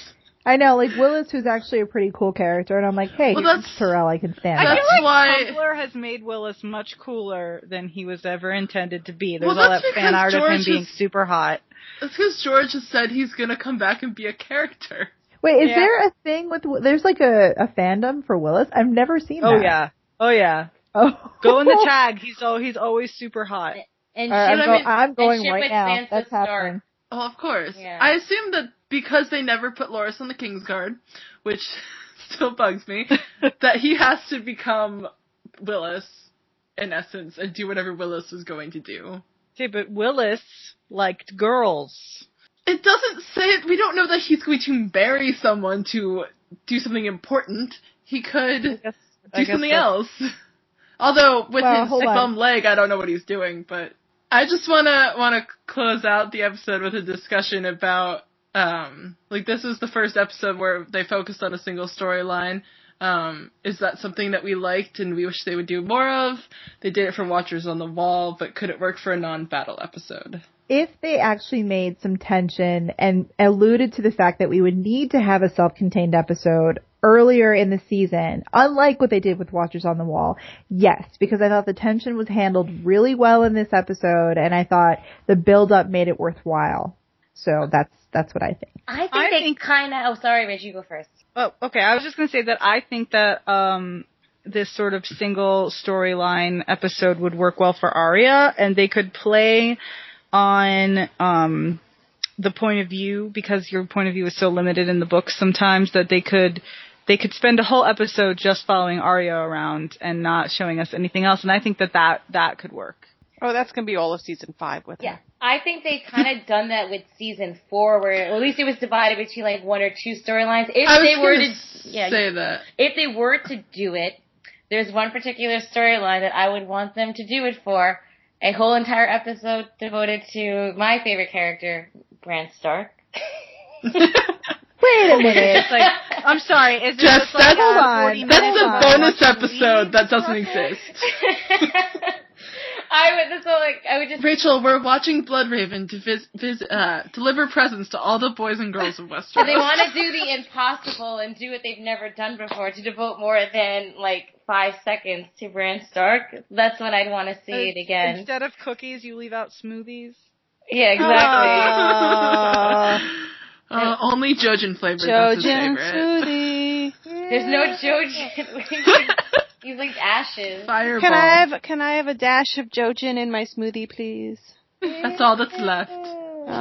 S8: I know, like Willis, who's actually a pretty cool character, and I'm like, hey,
S4: Well,
S8: that's
S4: that's-
S8: Terrell, I can stand.
S7: I feel
S8: it.
S4: That's
S7: like
S4: why-
S7: Tumblr has made Willis much cooler than he was ever intended to be.
S4: Well,
S7: There's all
S4: that's
S7: that fan
S4: because
S7: art of
S4: George
S7: him
S4: is-
S7: being super hot.
S4: That's because George has said he's gonna come back and be a character.
S8: Wait, is
S7: Yeah.
S8: there a thing with there's like a, a fandom for Willis? I've never seen.
S7: Oh
S8: that.
S7: yeah. Oh yeah.
S8: Oh.
S7: Go in the tag. He's all he's always super hot.
S6: And
S8: All right, Uh, I'm,
S6: ship-
S8: go-
S4: mean,
S8: I'm going
S6: ship
S8: right
S6: with
S8: now.
S6: Sansa
S8: That's
S6: Stark.
S8: happening.
S4: Oh, of course.
S6: Yeah.
S4: I assume that because they never put Loris on the King's Guard, which still bugs me, that he has to become Willis in essence and do whatever Willis was going to do.
S7: Okay, but Willis liked girls.
S4: It doesn't say we don't know that he's going to marry someone to do something important. He could do
S7: I guess
S4: something
S7: that's-
S4: else. Although with
S8: Well,
S4: his
S8: hold on.
S4: bum leg, I don't know what he's doing. But I just wanna wanna close out the episode with a discussion about um like this is the first episode where they focused on a single storyline. Um, is that something that we liked and we wish they would do more of? They did it for Watchers on the Wall, but could it work for a non-battle episode?
S8: if they actually made some tension and alluded to the fact that we would need to have a self-contained episode earlier in the season, unlike what they did with Watchers on the Wall, yes, because I thought the tension was handled really well in this episode and I thought the build-up made it worthwhile. So that's, that's what I think.
S6: I think
S7: I
S6: they
S7: think-
S6: kind of. Oh, sorry, Rich, you go first.
S7: Oh, okay. I was just going to say that I think that um, this sort of single storyline episode would work well for Arya, and they could play on um, the point of view because your point of view is so limited in the books sometimes that they could they could spend a whole episode just following Arya around and not showing us anything else. And I think that that, that could work.
S3: Oh, that's gonna be all of season five with
S6: Yeah.
S3: her.
S6: I think they kind of done that with season four, where well, at least it was divided between like one or two storylines. If
S4: I was
S6: they were
S4: gonna
S6: to, yeah,
S4: say that.
S6: if they were to do it, there's one particular storyline that I would want them to do it for. A whole entire episode devoted to my favorite character, Bran Stark.
S8: Wait a minute.
S7: It's like, I'm sorry. Is it
S4: Jess,
S7: just like
S4: that's-
S7: a
S8: Hold on.
S7: 40
S4: That's
S7: minute
S4: a
S7: long
S4: bonus
S7: watch and
S4: episode
S7: leave?
S4: that doesn't exist.
S6: I would just like I would just
S4: Rachel, we're watching Blood Raven to vis- vis- uh, deliver presents to all the boys and girls of Westeros.
S6: they want to do the impossible and do what they've never done before to devote more than like five seconds to Bran Stark. That's when I'd want to see it again.
S7: Instead of cookies, you leave out smoothies.
S6: yeah, exactly.
S4: uh, only Jojen flavored was his
S3: Jojen
S4: favorite.
S3: smoothie.
S6: There's no Jojen. He's like ashes.
S4: Fireball.
S3: Can I have can I have a dash of Jojen in my smoothie, please?
S4: That's all that's left. He's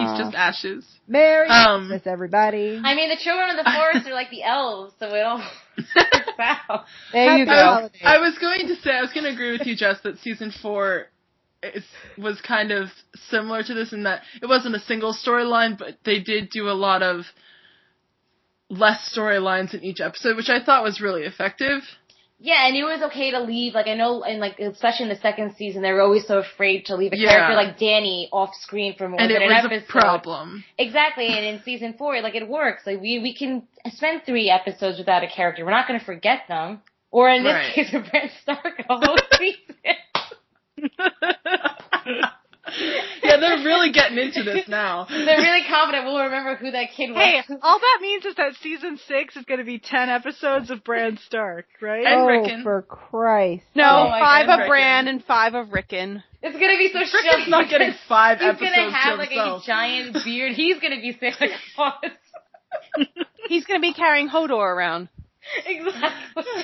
S3: Aw.
S4: just ashes.
S8: Merry
S4: Um,
S8: Christmas, everybody.
S6: I mean, the children of the forest are like the elves, so it all works out.
S3: There you
S8: Happy
S3: go.
S8: holidays.
S4: I was going to say, I was going to agree with you, Jess, that season four is, was kind of similar to this in that it wasn't a single storyline, but they did do a lot of less storylines in each episode, which I thought was really effective.
S6: Yeah, and it was okay to leave. Like I know, and like especially in the second season, they were always so afraid to leave a
S4: Yeah.
S6: character like Danny off screen for more
S4: and it
S6: than
S4: was
S6: an episode.
S4: a problem.
S6: Exactly, and in season four, like it works. Like we we can spend three episodes without a character. We're not going to forget them. Or in this
S4: Right.
S6: case, with Brent Stark, a whole season.
S4: yeah, they're really getting into this now.
S6: They're really confident we'll remember who that kid was.
S7: Hey, all that means is that season six is going to be ten episodes of Bran Stark, right?
S4: And
S8: oh,
S4: Rickon.
S8: for Christ.
S3: No,
S6: Oh my
S3: five
S4: God.
S3: of Bran and five of Rickon.
S6: It's gonna be so
S4: Frickin's
S6: shitty.
S4: not getting five
S6: He's
S4: episodes
S6: gonna have
S4: to
S6: like
S4: himself.
S6: a giant beard. He's gonna be Santa Claus.
S3: He's gonna be carrying Hodor around.
S6: exactly.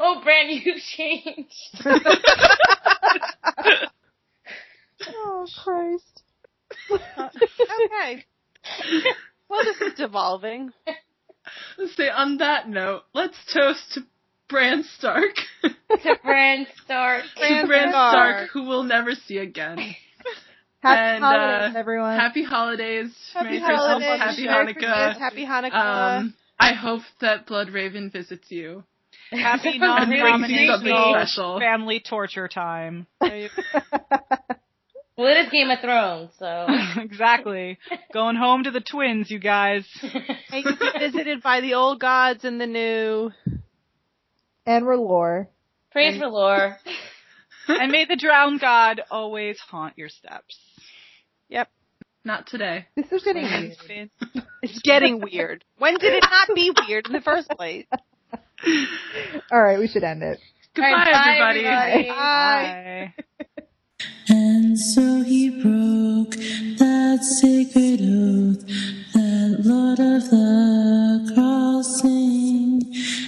S6: Oh, Bran, you changed.
S8: Oh, Christ.
S3: okay. Well, this is devolving.
S4: Let's say on that note, let's toast to Bran Stark.
S6: to Bran Stark.
S4: to Bran Stark, who we'll never see again.
S8: Happy
S4: And, uh,
S8: holidays, everyone.
S4: Happy holidays. Merry
S3: holidays,
S4: Christmas. Happy
S3: Merry Christmas,
S4: Hanukkah.
S3: Happy Hanukkah.
S4: Um, I hope that Blood Raven visits you.
S7: Happy
S4: I'm really do something
S7: non-denominational
S4: special.
S7: family torture time.
S6: Well, it is Game of Thrones, so.
S7: exactly. Going home to the twins, you guys.
S3: and you be visited by the old gods and the new.
S8: and we're lore.
S6: Praise for lore.
S7: And may the drowned god always haunt your steps.
S4: Not today.
S8: This is getting weird.
S3: It's getting weird. When did it not be weird in the first place?
S8: All right, we should end it.
S4: Goodbye,
S6: All right, bye,
S4: everybody.
S6: everybody.
S7: Bye.
S2: And so he broke that sacred oath, that Lord of the Crossing.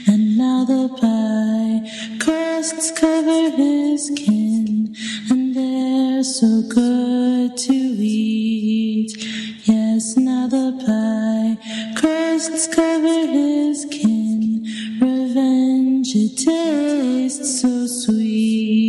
S2: And now the pie crusts cover his kin, and they're so good to eat. Yes, now the pie crusts cover his kin, revenge it tastes so sweet.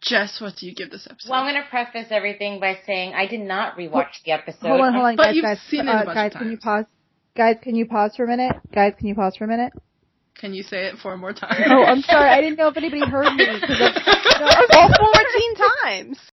S4: Jess, what do you give this episode?
S6: Well, I'm going to preface everything by saying I did not rewatch the episode.
S8: Hold on, hold on,
S4: But
S8: guys,
S4: you've
S8: guys,
S4: seen it a
S8: uh,
S4: bunch of
S8: guys, can you
S4: times.
S8: pause? Guys, can you pause for a minute? Guys, can you pause for a minute?
S4: Can you say it four more
S8: Oh,
S4: times?
S8: I'm sorry. I didn't know if anybody heard me. 'cause I-
S3: All 14 times.